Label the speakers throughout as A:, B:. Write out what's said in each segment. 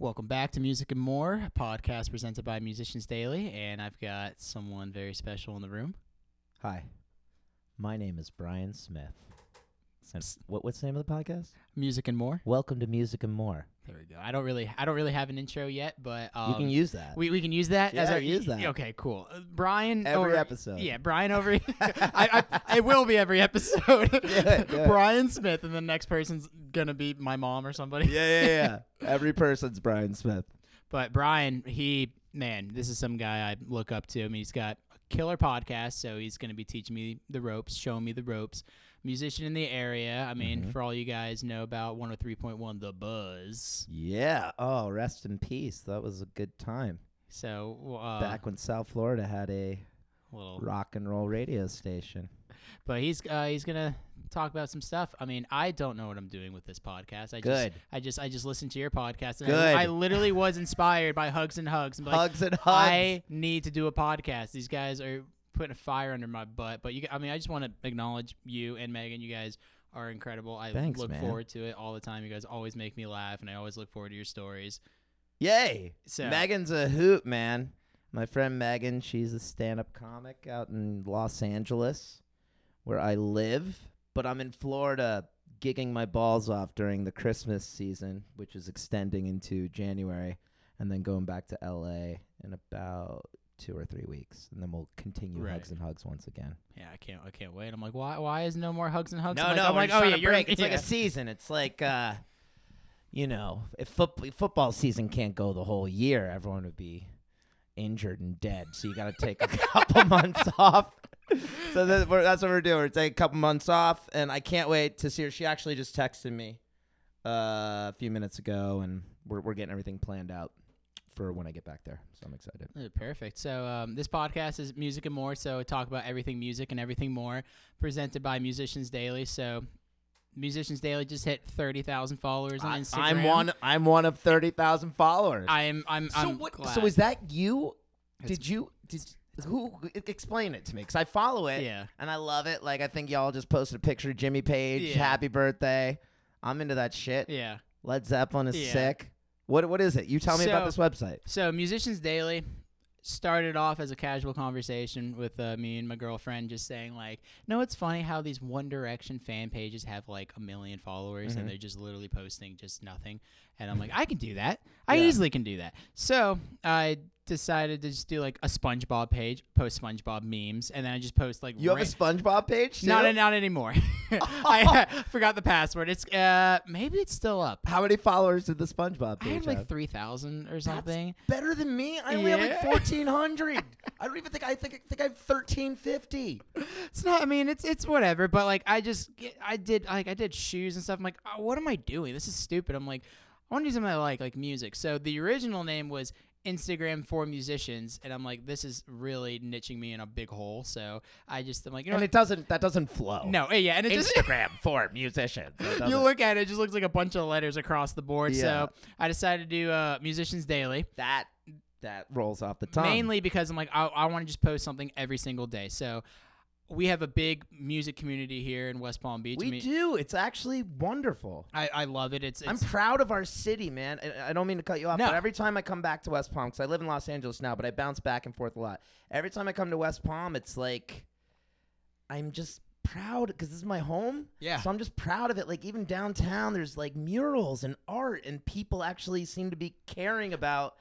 A: Welcome back to Music and More, a podcast presented by Musicians Daily, and I've got someone very special in the room.
B: Hi, my name is Brian Smith. And
A: S-
B: what, what's the name of the podcast?
A: Music and More.
B: Welcome to Music and More.
A: There we go. I don't really, I don't really have an intro yet, but um,
B: you can use that.
A: we we can use that. as
B: Yeah,
A: our,
B: use that.
A: Okay, cool. Uh, Brian
B: Every
A: over-
B: episode.
A: Yeah, Brian over. I, I it will be every episode.
B: it, do it.
A: Brian Smith, and the next person's gonna be my mom or somebody.
B: yeah, yeah. Every person's Brian Smith.
A: But Brian, he man, this is some guy I look up to. I mean, he's got a killer podcast, so he's going to be teaching me the ropes, showing me the ropes. Musician in the area. I mean,
B: Mm-hmm.
A: for all you guys know about 103.1 The Buzz.
B: Yeah. Oh, rest in peace. That was a good time.
A: So uh,
B: Back when South Florida had a
A: little,
B: rock and roll radio station.
A: but he's uh, he's going to talk about some stuff. I mean, I don't know what I'm doing with this podcast. I
B: Good.
A: just I just I just listened to your podcast and
B: Good.
A: I, I literally was inspired by Hugs and Hugs. And be like,
B: hugs and hugs.
A: I need to do a podcast. These guys are putting a fire under my butt. But you, I mean, I just want to acknowledge you and Megan. You guys are incredible. I
B: Thanks,
A: look
B: man.
A: forward to it all the time. You guys always make me laugh, and I always look forward to your stories.
B: Yay.
A: So-
B: Megan's a hoot, man. My friend Megan, she's a stand up comic out in Los Angeles, where I live, but I'm in Florida gigging my balls off during the Christmas season, which is extending into January, and then going back to LA in about two or three weeks. And then we'll continue
A: Right.
B: hugs and hugs once again.
A: Yeah, I can't. I can't wait. I'm like, why? Why is no more hugs and hugs?
B: No,
A: I'm like,
B: no,
A: I'm
B: we're
A: like,
B: just
A: oh
B: trying
A: yeah,
B: to
A: you're
B: break. It's like
A: yeah.
B: a season. It's like, uh, you know, if foot- football season can't go the whole year, everyone would be injured and dead. So you got to take a couple months off. So that, we're, that's what we're doing. We're taking a couple months off, and I can't wait to see her. She actually just texted me uh, a few minutes ago, and we're we're getting everything planned out for when I get back there. So I'm excited.
A: Uh, Perfect. So um, this podcast is music and more. So talk about everything music and everything more, presented by Musicians Daily. So Musicians Daily just hit thirty thousand followers on Instagram.
B: I'm one. I'm one of thirty thousand followers.
A: I'm. I'm.
B: So
A: I'm
B: what?
A: Glad.
B: So is that you?
A: It's-
B: did you? Did who? e- Explain it to me, because I follow it.
A: Yeah.
B: And I love it. Like I think y'all just posted a picture of Jimmy Page.
A: Yeah.
B: Happy birthday. I'm into that shit.
A: Yeah.
B: Led Zeppelin is
A: Yeah.
B: sick. What? What is it? You tell me about
A: So-
B: this website.
A: So, Musicians Daily started off as a casual conversation with uh, me and my girlfriend, just saying like, "No, it's funny how these One Direction fan pages have like a million followers
B: Mm-hmm.
A: and they're just literally posting just nothing." And I'm like, "I can do that. I
B: Yeah.
A: easily can do that." So I decided to just do like a SpongeBob page, post SpongeBob memes, and then I just post like
B: You have a
A: ran-
B: SpongeBob page?
A: not
B: too?
A: not anymore. I forgot the password. It's uh maybe it's still up.
B: How many followers did the SpongeBob
A: I
B: page
A: had
B: have?
A: like three thousand or something.
B: Better than me. I only have like
A: Yeah.
B: 1,400. I don't even think I think I think I have 1,350.
A: It's not. I mean, it's it's whatever. But like, I just get- I did like I did shoes and stuff. I'm like, oh, what am I doing? This is stupid. I'm like, I want to do something I like, like music. So the original name was Instagram for musicians, and I'm like, this is really niching me in a big hole. So I just I'm like, you know,
B: And it doesn't. That doesn't flow.
A: what? no, yeah, and it just
B: Instagram for musicians. That doesn't-
A: you look at it, it just looks like a bunch of letters across the board.
B: Yeah.
A: So I decided to do uh, musicians daily.
B: that that rolls off the tongue.
A: Mainly because I'm like, I, I want to just post something every single day. So we have a big music community here in West Palm Beach. I
B: we
A: mean-
B: do. It's actually wonderful.
A: I, I love it. It's, it's
B: I'm proud of our city, man. I, I don't mean to cut you off,
A: No.
B: but every time I come back to West Palm, because I live in Los Angeles now, but I bounce back and forth a lot. Every time I come to West Palm, it's like I'm just proud because this is my home.
A: Yeah.
B: So I'm just proud of it. Like even downtown, there's like murals and art, and people actually seem to be caring about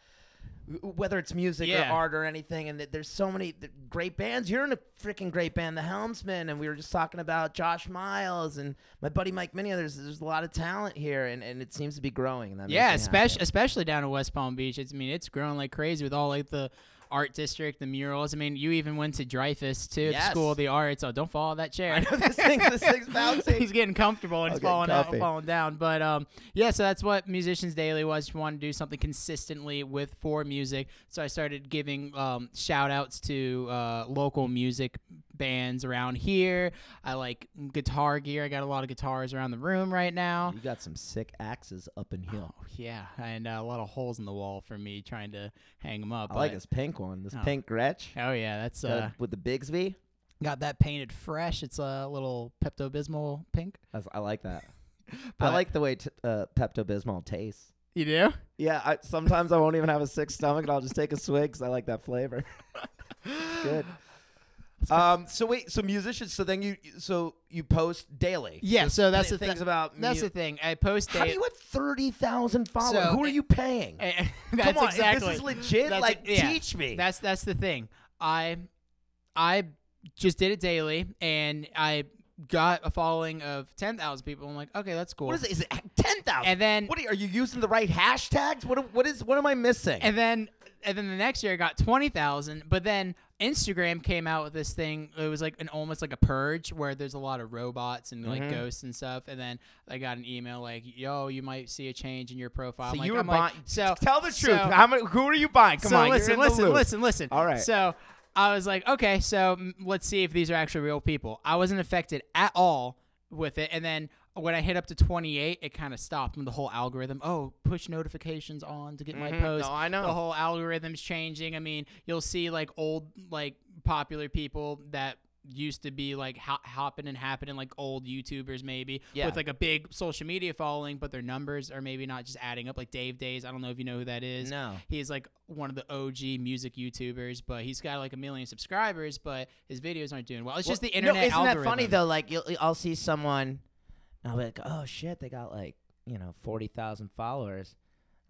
B: w- whether it's music
A: Yeah.
B: or art or anything. And th- there's so many th- great bands. You're in a freaking great band, The Helmsman, and we were just talking about Josh Miles and my buddy Mike Minio. There's there's a lot of talent here, and, and it seems to be growing. And that makes
A: yeah,
B: me
A: especially
B: happy.
A: especially down in West Palm Beach. It's I mean it's growing like crazy with all like the art district, the murals. I mean you even went to Dreyfus too, the
B: Yes.
A: school of the arts. Oh, don't fall off that chair.
B: this thing, this thing's bouncing.
A: He's getting comfortable and
B: I'll
A: he's
B: get
A: falling out,
B: coffee.
A: falling down. But um, yeah, so that's what Musicians Daily was. Just want to do something consistently with for music. So I started giving um, shout outs to uh, local music bands around here. I like guitar gear. I got a lot of guitars around the room right now.
B: You got some sick axes up in here.
A: Oh, yeah, and uh, a lot of holes in the wall for me trying to hang them up.
B: I like
A: but-
B: this pink one. This
A: Oh.
B: pink Gretsch
A: Oh yeah, that's
B: uh,
A: uh,
B: with the Bigsby.
A: got that painted fresh. It's a little Pepto Bismol pink.
B: That's, I like that. I
A: But-
B: like the way t- uh, Pepto Bismol tastes.
A: You do?
B: Yeah, I, sometimes I won't even have a sick stomach, and I'll just take a swig because I like that flavor. it's good. Um. So wait. So musicians. So then you. So you post daily.
A: Yeah. So that's the
B: things
A: thing.
B: about.
A: That's the
B: mu-
A: thing. I post
B: How do
A: daily-
B: you have thirty thousand followers?
A: So-
B: Who are you paying?
A: Eh,
B: Come
A: that's
B: on,
A: exactly.
B: if this is legit,
A: That's
B: like
A: it, yeah.
B: teach me.
A: That's that's the thing. I I just did it daily, and I got a following of ten thousand people. I'm like, okay, that's cool.
B: what is it? Is it ten thousand?
A: And then
B: What are, are you using the right hashtags? What what is what am I missing?
A: and then and then the next year I got twenty thousand. But then Instagram came out with this thing. It was like an almost like a purge where there's a lot of robots and
B: Mm-hmm.
A: like ghosts and stuff. And then I got an email like, yo, you might see a change in your profile.
B: so
A: I'm like,
B: you were
A: I'm like,
B: buying.
A: so
B: tell the truth.
A: so-
B: How many, who are you buying? Come
A: so
B: on, you're
A: listen,
B: in the
A: listen,
B: loop.
A: listen, listen.
B: All right.
A: So I was like, okay, so mm, let's see if these are actually real people. I wasn't affected at all with it, and then when I hit up to 28, it kind of stopped when the whole algorithm. Oh, push notifications on to get my
B: Mhm.
A: post.
B: No, I know.
A: The whole algorithm's changing. I mean, you'll see like old, like popular people that used to be like ho- hopping and happening like old youtubers maybe
B: Yeah.
A: with like a big social media following but their numbers are maybe not just adding up like dave days i don't know if you know who that is
B: No.
A: He's like one of the OG music YouTubers, but he's got like a million subscribers, but his videos aren't doing well. It's just the internet.
B: No, isn't
A: algorithm.
B: that funny though? Like you'll, I'll see someone, and I'll be like, "Oh shit, they got like you know forty thousand followers."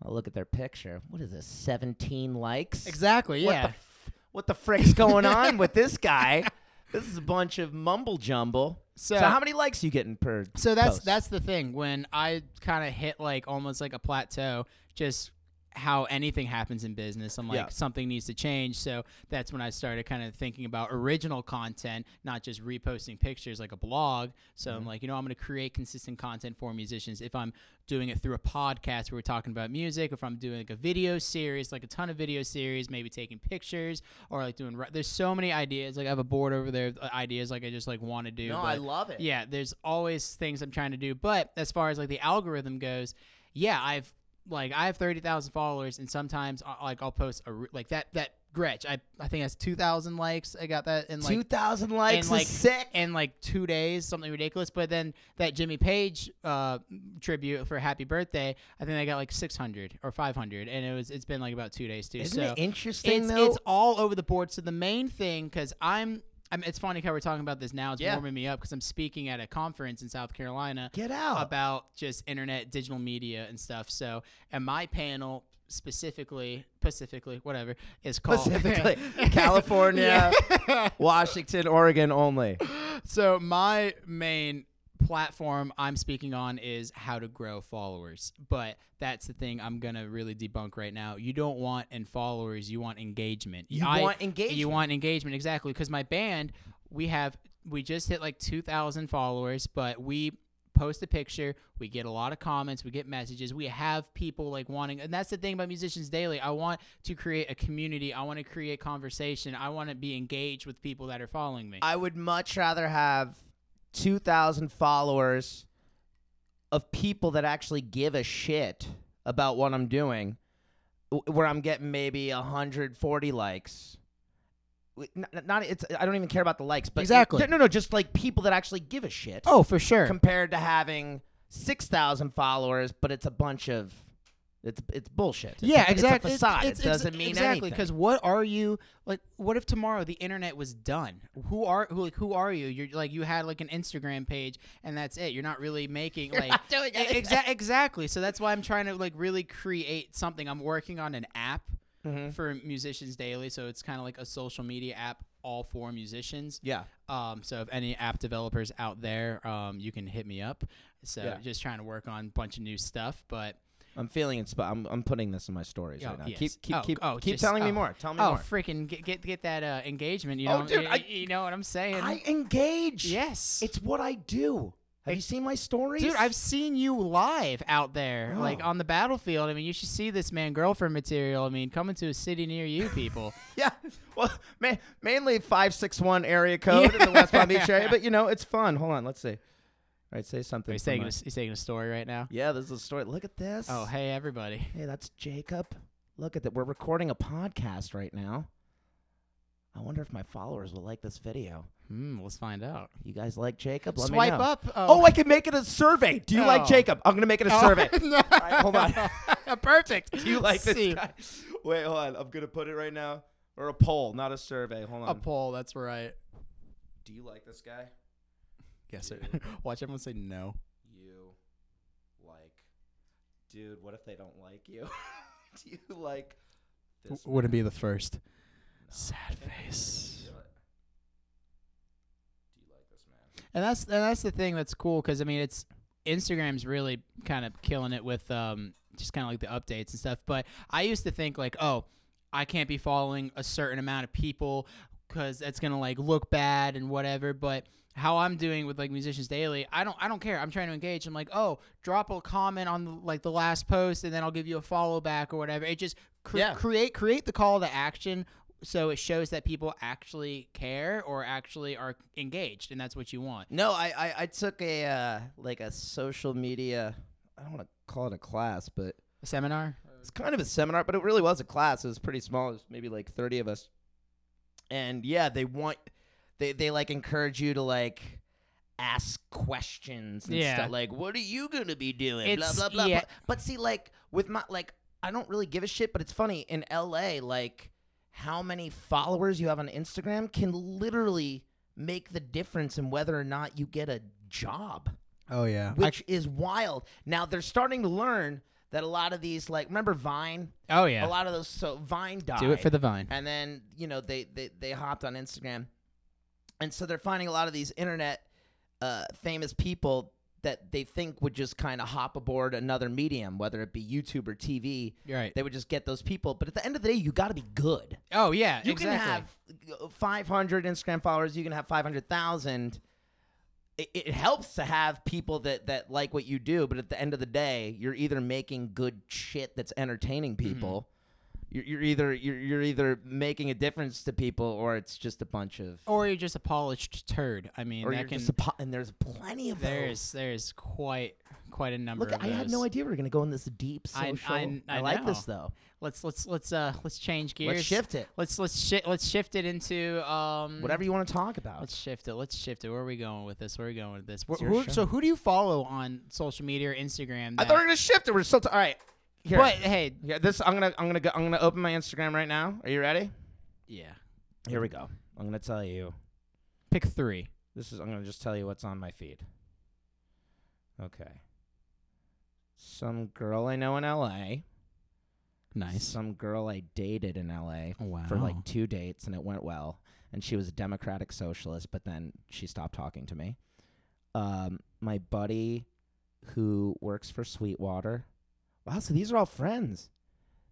B: I'll look at their picture. What is this? Seventeen likes.
A: Exactly.
B: What
A: Yeah.
B: the, f- what the frick's going on with this guy? This is a bunch of mumble jumble. So,
A: So-
B: how many likes you getting per?
A: so that's
B: post?
A: that's the thing. When I kind of hit like almost like a plateau, just how anything happens in business, I'm like
B: Yeah.
A: something needs to change. So that's when I started kind of thinking about original content, not just reposting pictures like a blog. So
B: Mm-hmm.
A: I'm like, you know, I'm going to create consistent content for musicians. If I'm doing it through a podcast where we're talking about music, if I'm doing like a video series, like a ton of video series, maybe taking pictures or like doing. ri- There's so many ideas. Like I have a board over there, with, uh, ideas like I just like want to do.
B: No, I
A: but-
B: love it.
A: yeah, there's always things I'm trying to do. But as far as like the algorithm goes, yeah, I've like I have thirty thousand followers, and sometimes I, like I'll post a re- like that that Gretch. I I think that's two thousand likes. I got that in
B: two
A: like
B: thousand likes
A: and, like-
B: is sick.
A: in like two days, something ridiculous. But then that Jimmy Page uh, tribute for Happy Birthday, I think I got like six hundred or five hundred, and it was it's been like about two days too.
B: Isn't
A: so
B: it interesting
A: it's,
B: though?
A: it's all over the board. So the main thing, because I'm, I'm, it's funny how we're talking about this now. It's
B: Yeah.
A: warming me up because I'm speaking at a conference in South Carolina
B: Get out.
A: about just internet, digital media, and stuff. So, and my panel specifically, specifically, whatever, is called
B: Specifically, California,
A: Yeah.
B: Washington, Oregon only.
A: So my main platform I'm speaking on is how to grow followers. But that's the thing I'm gonna really debunk right now. You don't want in followers, you want engagement.
B: You
A: I-
B: want engagement.
A: You want engagement exactly because my band we have we just hit like 2,000 followers, but we post a picture we get a lot of comments we get messages we have people like wanting and that's the thing about musicians daily i want to create a community i want to create conversation i want to be engaged with people that are following me
B: I would much rather have 2,000 followers of people that actually give a shit about what I'm doing, wh- where I'm getting maybe 140 likes. Wh- n- n- Not it's I don't even care about the likes, but
A: Exactly.
B: no, no, just like people that actually give a shit.
A: oh for sure
B: compared to having six thousand followers, but it's a bunch of it's it's bullshit. It's
A: yeah,
B: a,
A: exactly.
B: It's a facade.
A: It's-
B: it
A: it's-
B: doesn't mean
A: exactly
B: anything.
A: because what are you like? What if tomorrow the internet was done? Who are who? Like, who are you? You're like you had like an Instagram page and that's it. You're not really making like
B: not doing
A: E-
B: anything.
A: exa- exactly. So that's why I'm trying to like really create something. I'm working on an app
B: Mm-hmm.
A: for musicians daily, so it's kind of like a social media app all for musicians.
B: yeah,
A: Um, so if any app developers out there, um, you can hit me up. So
B: Yeah.
A: just trying to work on a bunch of new stuff, but.
B: I'm feeling inspired. I'm I'm putting this in my stories
A: Oh,
B: right now.
A: yes.
B: Keep keep
A: Oh,
B: keep
A: oh,
B: keep
A: just-
B: telling me
A: oh.
B: more. Tell me
A: Oh,
B: more.
A: freaking get get get that uh, engagement. You
B: Oh,
A: know,
B: dude,
A: you,
B: I-
A: you know what I'm saying?
B: I engage.
A: yes,
B: it's what I do. Have you
A: Ex-
B: seen my stories,
A: dude. I've seen you live out there, like
B: Oh.
A: on the battlefield. I mean, you should see this man girlfriend material. I mean, coming to a city near you, people.
B: yeah. Well, ma- mainly five six one area code in the West Palm Beach area, but you know it's fun. Hold on, let's see. All right, say something.
A: he's
B: for
A: taking
B: my-
A: a, he's taking a story right now.
B: yeah, this is a story. Look at this.
A: Oh, hey everybody.
B: Hey, that's Jacob. Look at that. We're recording a podcast right now. I wonder if my followers will like this video.
A: Hmm, let's find out.
B: You guys like Jacob? Let
A: Swipe
B: me know.
A: up.
B: Oh, I can make it a survey. Do you like
A: Oh.
B: Jacob? I'm going to make it a
A: Oh,
B: survey.
A: no.
B: right, hold on.
A: Perfect.
B: Do you like this
A: See,
B: guy? Wait, hold on. I'm gonna put it right now. Or a poll, not a survey. Hold on.
A: A poll. That's right.
B: Do you like this guy?
A: Yes, sir.
B: Dude.
A: Watch everyone say no.
B: You like, dude. What if they don't like you? Do you like this?
A: W- wouldn't
B: man?
A: be the first.
B: No.
A: Sad
B: Do
A: face.
B: you like- do you like this man?
A: And that's and that's the thing that's cool because I mean it's Instagram's really kind of killing it with um just kind of like the updates and stuff. But I used to think like, oh, I can't be following a certain amount of people because that's gonna like look bad and whatever. But how I'm doing with like musicians daily, I don't I don't care. I'm trying to engage. I'm like, oh, drop a comment on the, like the last post and then I'll give you a follow back or whatever. It just cre-
B: Yeah.
A: create create the call to action so it shows that people actually care or actually are engaged and that's what you want.
B: No, I, I, I took a uh, like a social media. I don't want to call it a class, but
A: seminar.
B: it's kind of a seminar, but it really was a class. It was pretty small. It was maybe like 30 of us. And yeah, they want they they like encourage you to like ask questions and
A: Yeah.
B: stuff like what are you going to be doing
A: It's-
B: blah blah blah.
A: yeah.
B: But, but see like with my like I don't really give a shit, but it's funny in LA like how many followers you have on Instagram can literally make the difference in whether or not you get a job
A: Oh yeah.
B: which is wild. Now they're starting to learn that a lot of these, like, remember Vine?
A: oh yeah.
B: A lot of those, so Vine died.
A: Do it for the vine.
B: and then you know they they they hopped on Instagram, and so they're finding a lot of these internet uh, famous people that they think would just kind of hop aboard another medium, whether it be YouTube or TV.
A: You're right.
B: They would just get those people, but at the end of the day, you got to be good.
A: Oh yeah.
B: You
A: exactly.
B: can have 500 Instagram followers. You can have 500,000. It, it helps to have people that, that like what you do, but at the end of the day, you're either making good shit that's entertaining
A: Mm-hmm.
B: people. You're, you're either you're, you're either making a difference to people, or it's just a bunch of,
A: or you're just a polished turd. I mean,
B: or
A: that
B: you're
A: can
B: just a po- and there's plenty of those.
A: there's there's quite quite a number.
B: Look,
A: of
B: I had
A: those.
B: no idea we were gonna go in this deep
A: I-
B: social.
A: I- I
B: like
A: know.
B: this though.
A: Let's let's let's uh let's change gears.
B: Let's shift it.
A: Let's let's shi- let's shift it into um
B: Whatever you want to talk about.
A: Let's shift it. Let's shift it. Where are we going with this? Where are we going with this? Wh-
B: your
A: who-
B: show.
A: so who do you follow on social media or Instagram?
B: I
A: that-
B: thought we were gonna shift it. We're still t- all right. Here.
A: But hey,
B: Yeah, this I'm gonna I'm gonna go, I'm gonna open my Instagram right now. Are you ready?
A: yeah.
B: Here we go. I'm gonna tell you.
A: Pick three.
B: This is I'm gonna just tell you what's on my feed. Okay. Some girl I know in LA.
A: Nice.
B: Some girl I dated in LA
A: Wow.
B: for like two dates and it went well. And she was a democratic socialist, but then she stopped talking to me. Um, my buddy who works for Sweetwater. Wow, so these are all friends.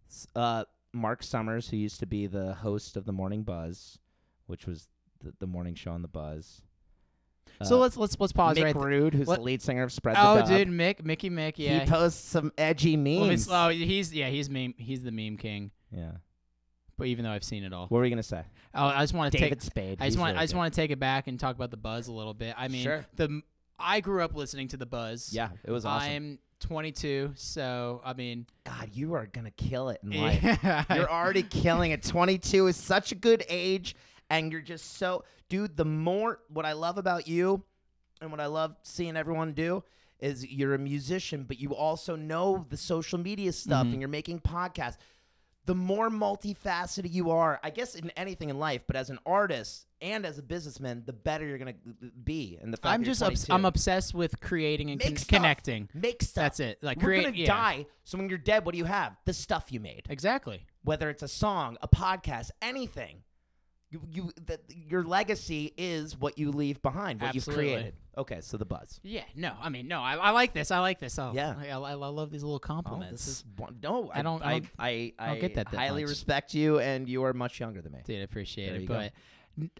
B: S- Uh, Mark Summers, who used to be the host of the Morning Buzz, which was the, the morning show on the Buzz.
A: so
B: Uh,
A: let's let's let's pause
B: Mick
A: right. there.
B: Rude, who's
A: Let-
B: the lead singer of Spread the
A: oh,
B: Dub.
A: dude, Mick, Mickey, Mick, yeah.
B: He posts some edgy
A: Let me
B: memes.
A: s- oh, he's yeah, he's meme. He's the meme king.
B: yeah.
A: But even though I've seen it all,
B: What were you gonna say?
A: oh, I just want to take.
B: David Spade.
A: I just
B: he's
A: want.
B: really
A: I just
B: good.
A: want to take it back and talk about the buzz a little bit. I mean,
B: Sure.
A: the m- I grew up listening to the buzz.
B: Yeah, it was awesome.
A: I'm 22, so I mean,
B: God, you are gonna kill it in life.
A: yeah,
B: You're already killing it. 22 is such a good age, and you're just so, dude. The more what I love about you, and what I love seeing everyone do, is you're a musician, but you also know the social media stuff,
A: Mm-hmm.
B: and you're making podcasts. The more multifaceted you are, I guess, in anything in life, but as an artist and as a businessman, the better you're gonna be. And the fact
A: I'm
B: that you're
A: just obs-
B: 22.
A: I'm obsessed with creating and
B: Make
A: con-
B: stuff.
A: connecting.
B: make stuff.
A: That's it. Like
B: We're
A: create.
B: gonna
A: yeah.
B: die, so when you're dead, what do you have? The stuff you made
A: Exactly.
B: whether it's a song, a podcast, anything. You, you that your legacy is what you leave behind, what
A: Absolutely.
B: you've created. Okay, so the buzz.
A: Yeah. No. I mean, no. I, I like this. I like this. Oh,
B: Yeah.
A: I, I, I love these little compliments.
B: this is one, no. I,
A: I don't-
B: I,
A: I don't-
B: I, I,
A: I don't get that that
B: highly
A: much.
B: respect you, and you are much younger than me.
A: Dude, I appreciate
B: There you
A: it.
B: go.
A: But n-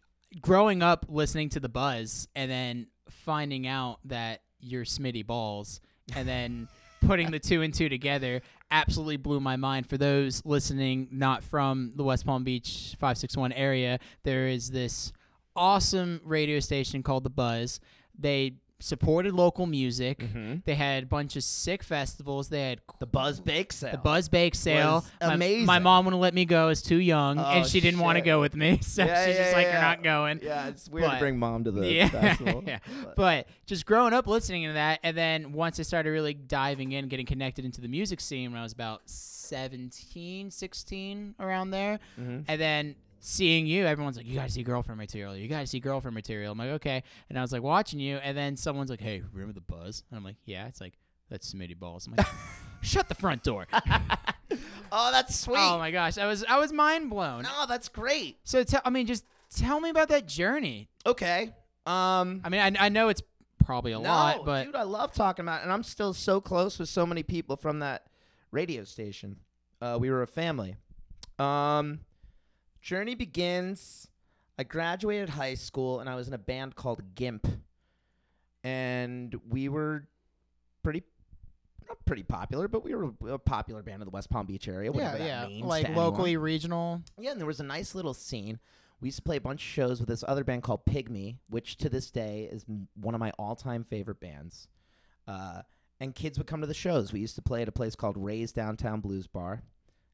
A: growing up listening to the buzz and then finding out that you're Smitty Balls and then putting the two and two together absolutely blew my mind. For those listening not from the West Palm Beach 561 area, there is this awesome radio station called The Buzz. They supported local music.
B: Mhm.
A: They had a bunch of sick festivals. They had
B: The Buzz Bake Sale.
A: the Buzz Bake Sale. My-
B: amazing.
A: My, mom wouldn't let me go. I was too young, and
B: Oh,
A: she didn't want to
B: shit.
A: go with me. So
B: Yeah,
A: she's
B: yeah,
A: just like,
B: yeah.
A: "You're not going."
B: Yeah, it's weird
A: But-
B: to bring mom to the
A: yeah,
B: festival.
A: yeah.
B: But-
A: But just growing up listening to that, and then once I started really diving in, getting connected into the music scene when I was about 17, 16, around there,
B: Mhm.
A: and then seeing you, everyone's like, "You gotta see girlfriend material. You gotta see girlfriend material." I'm like, "Okay," and I was like watching you, and then someone's like, "Hey, remember the buzz?" And I'm like, "Yeah." It's like that's Smitty Balls. I'm like, "Shut the front door!"
B: Oh, that's sweet.
A: oh my gosh, I was I was mind blown.
B: no, that's great.
A: So tell, I mean, just tell me about that journey.
B: Okay. Um,
A: I mean, I, I know it's probably a
B: no,
A: lot, but
B: dude, I love talking about, it, and I'm still so close with so many people from that radio station. Uh, we were a family. Um, journey begins. I graduated high school, and I was in a band called Gimp, and we were pretty. Not pretty popular, but we were a popular band in the West Palm Beach area. whatever that means to
A: like
B: anyone.
A: locally regional.
B: Yeah, and there was a nice little scene. We used to play a bunch of shows with this other band called Pygmy, which to this day is m- one of my all-time favorite bands. Uh, and kids would come to the shows. We used to play at a place called Ray's Downtown Blues Bar.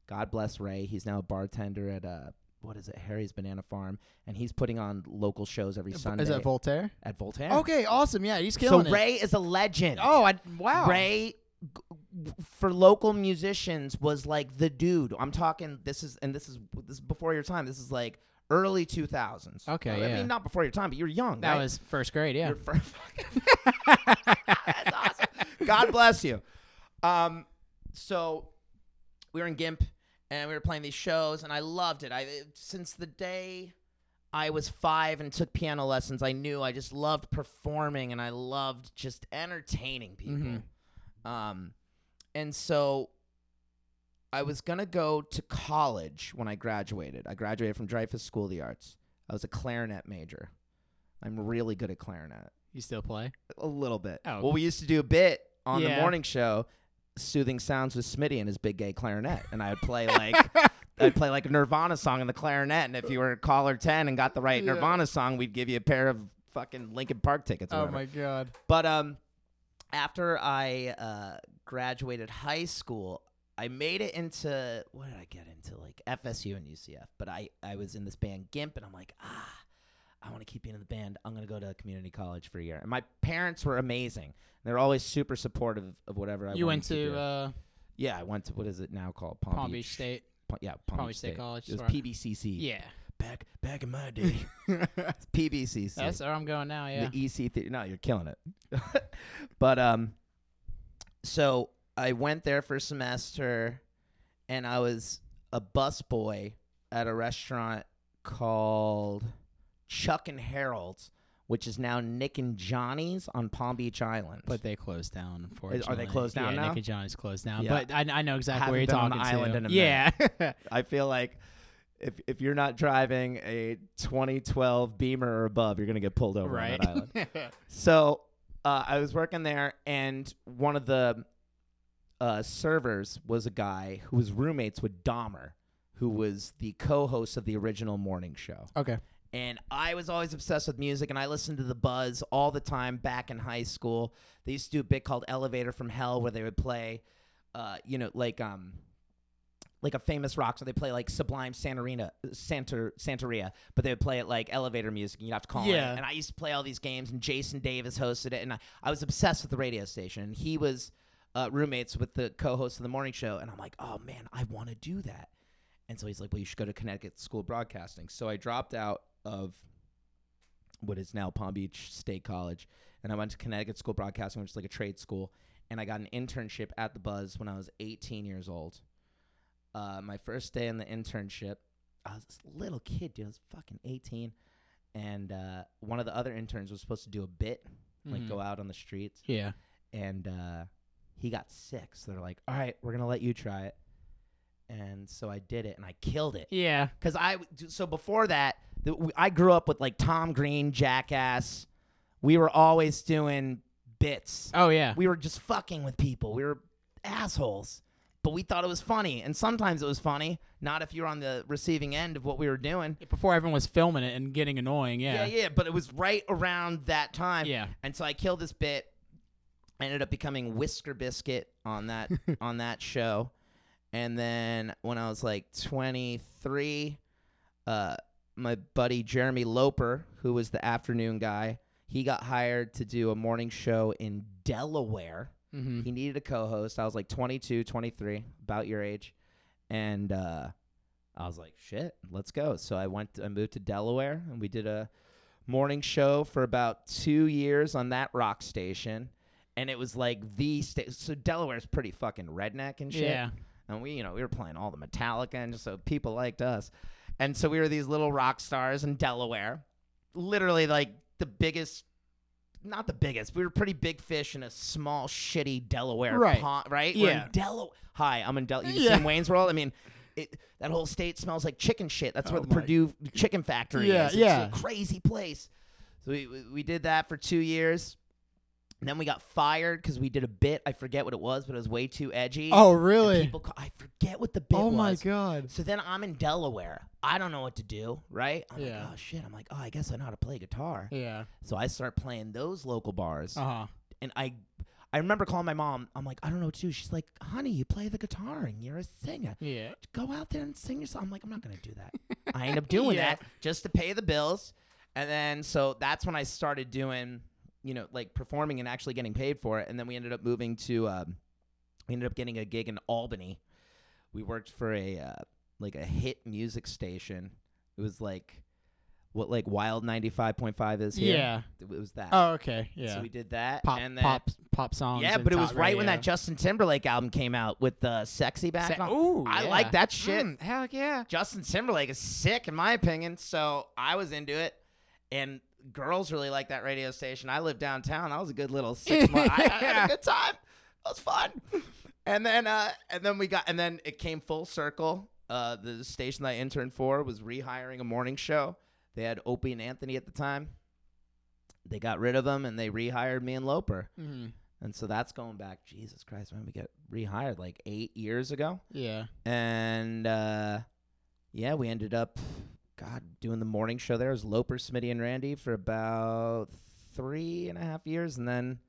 B: God bless Ray. He's now a bartender at uh, what is it, Harry's Banana Farm, and he's putting on local shows every Sunday
A: Is that Voltaire?
B: at Voltaire.
A: Okay, awesome. Yeah, he's
B: so
A: killing it.
B: Ray is a legend.
A: oh, I, wow.
B: Ray g- for local musicians was like the dude. I'm talking this is and this is this is before your time. This is like early 2000s.
A: Okay,
B: I
A: yeah.
B: mean not before your time, but you're young.
A: That
B: right?
A: was first grade. Yeah.
B: You're fir- That's awesome. God bless you. Um, so we were in Gimp and we were playing these shows, and I loved it. I since the day I was five and took piano lessons, I knew I just loved performing and I loved just entertaining people.
A: Mhm.
B: Um, and so I was gonna go to college when I graduated. I graduated from Dreyfus School of the Arts. I was a clarinet major. I'm really good at clarinet.
A: you still play?
B: A little bit.
A: Oh.
B: Well, we used to do a bit on
A: Yeah.
B: the morning show, soothing sounds with Smitty and his big gay clarinet, and I would play like I'd play like a Nirvana song on the clarinet, and if you were caller ten and got the right
A: Yeah.
B: Nirvana song, we'd give you a pair of fucking Linkin Park
A: Oh
B: tickets. Or whatever.
A: god.
B: But um, after I uh, graduated high school, I made it into what did I get into? Like FSU and UCF. But I I was in this band Gimp, and I'm like ah. I want to keep being in the band. I'm going to go to community college for a year. And my parents were amazing. They're always super supportive of whatever I
A: you went
B: wanted to,
A: to
B: do.
A: uh,
B: yeah, I went to what is it now called Palm,
A: Palm Beach State.
B: Pa- yeah, Palm, Beach State,
A: College,
B: It was E.
A: sorry.
B: PBCC.
A: Yeah.
B: back back in my day, It's PBCC
A: That's where I'm going now. Yeah.
B: the EC theory. No, you're killing it. but um, so I went there for a semester, and I was a busboy at a restaurant called Chuck and Harold's, which is now Nick and Johnny's on Palm Beach Island.
A: But they closed down, unfortunately.
B: closed down
A: yeah,
B: now?
A: Nick and Johnny's closed down.
B: Yeah.
A: But I, I know exactly where
B: Haven't
A: you're talking
B: been on the
A: to.
B: island in a
A: yeah.
B: minute. I feel like. If, if you're not driving a 2012 Beamer or above, you're gonna get pulled over on that island.
A: right.
B: So uh, I was working there, and one of the uh, servers was a guy who was roommates with Dahmer, who was the co-host of the original morning show.
A: okay.
B: And I was always obsessed with music, and I listened to the Buzz all the time back in high school. They used to do a bit called "Elevator from Hell," where they would play, uh, you know, like um, like a famous rock. So they play like Sublime Santorina, Santor, Santeria, but they would play it like elevator music. and You'd have to call
A: Yeah.
B: it. And I used to play all these games, and Jason Davis hosted it, and I, I was obsessed with the radio station. And he was uh, roommates with the co-host of the morning show, and I'm like, oh man, I want to do that. And so he's like, well, you should go to Connecticut School of Broadcasting. So I dropped out of what is now Palm Beach State College, and I went to Connecticut School of Broadcasting, which is like a trade school. And I got an internship at the Buzz when I was 18 years old. Uh, my first day in the internship, I was this little kid, dude. I was fucking 18. And uh, one of the other interns was supposed to do a bit, like
A: Mhm.
B: go out on the streets
A: Yeah.
B: and uh, he got sick. So they're like, "All right, we're gonna let you try it." And so I did it, and I killed it.
A: Yeah.
B: Cause I so before that, the, w- I grew up with like Tom Green, Jackass. We were always doing bits.
A: Oh yeah.
B: We were just fucking with people. We were assholes. but we thought it was funny. And sometimes it was funny, not if you're on the receiving end of what we were doing.
A: Before everyone was filming it and getting annoying.
B: Yeah,
A: Yeah.
B: yeah, but it was right around that time.
A: Yeah.
B: And so I killed this bit. I ended up becoming Whisker Biscuit on that on that show. And then when I was like 23, uh, my buddy Jeremy Loper, who was the afternoon guy, he got hired to do a morning show in Delaware.
A: Mm-hmm.
B: He needed a co-host. I was like 22, 23, about your age. And uh, I was like, shit, let's go. So I went I moved to Delaware and we did a morning show for about 2 years on that rock station. And it was like the sta- so Delaware's pretty fucking redneck and shit.
A: Yeah.
B: And we, you know, we were playing all the Metallica and so people liked us. And so we were these little rock stars in Delaware. Literally like the biggest not the biggest. We were pretty big fish in a small shitty Delaware
A: Right.
B: pond, right? We're in
A: Yeah.
B: Delaware. Hi, I'm in Delaware. You
A: Yeah.
B: seen Wayne's World? I mean, it, that whole state smells like chicken shit. That's where
A: Oh
B: the
A: my-
B: Purdue chicken factory
A: Yeah,
B: is.
A: yeah.
B: It's a crazy place. So we, we, we did that for two years. And then we got fired because we did a bit. I forget what it was, but it was way too edgy.
A: Oh,
B: And
A: really?
B: people ca- I forget what the bit
A: oh
B: was.
A: my god.
B: So then I'm in Delaware. I don't know what to do, right? I'm
A: Yeah.
B: like, oh shit. I'm like, oh, I guess I know how to play guitar.
A: Yeah.
B: So I start playing those local bars,
A: Uh huh.
B: and I, I remember calling my mom. I'm like, I don't know what to do. She's like, Honey, you play the guitar and you're a singer.
A: Yeah.
B: Go out there and sing your song. I'm like, I'm not gonna do that. I end up doing
A: Yeah.
B: that just to pay the bills, and then so that's when I started doing, you know, like performing and actually getting paid for it. And then we ended up moving to, um, we ended up getting a gig in Albany. We worked for a uh, like a hit music station. It was like, what like Wild 95.5 is here.
A: Yeah.
B: It was that.
A: Oh, okay. Yeah.
B: So we did that.
A: pop,
B: and then,
A: pop, pop songs.
B: Yeah,
A: and
B: but it was
A: top
B: right when that
A: radio.
B: Justin Timberlake album came out with the sexy back.
A: Sa-
B: on.
A: Ooh,
B: I
A: yeah.
B: like that shit.
A: Mm, heck yeah.
B: Justin Timberlake is sick in my opinion, so I was into it. And girls really like that radio station. I lived downtown. That was a good little six months. I, I had
A: Yeah.
B: a good time. That was fun. And then uh and then we got and then it came full circle. Uh the station that I interned for was rehiring a morning show. They had Opie and Anthony at the time. They got rid of them and they rehired me and Loper.
A: Mm-hmm.
B: And so that's going back, Jesus Christ, when we get rehired like eight years ago.
A: Yeah.
B: And uh, yeah, we ended up, God, doing the morning show there. It was Loper, Smitty, and Randy for about three and a half years. And then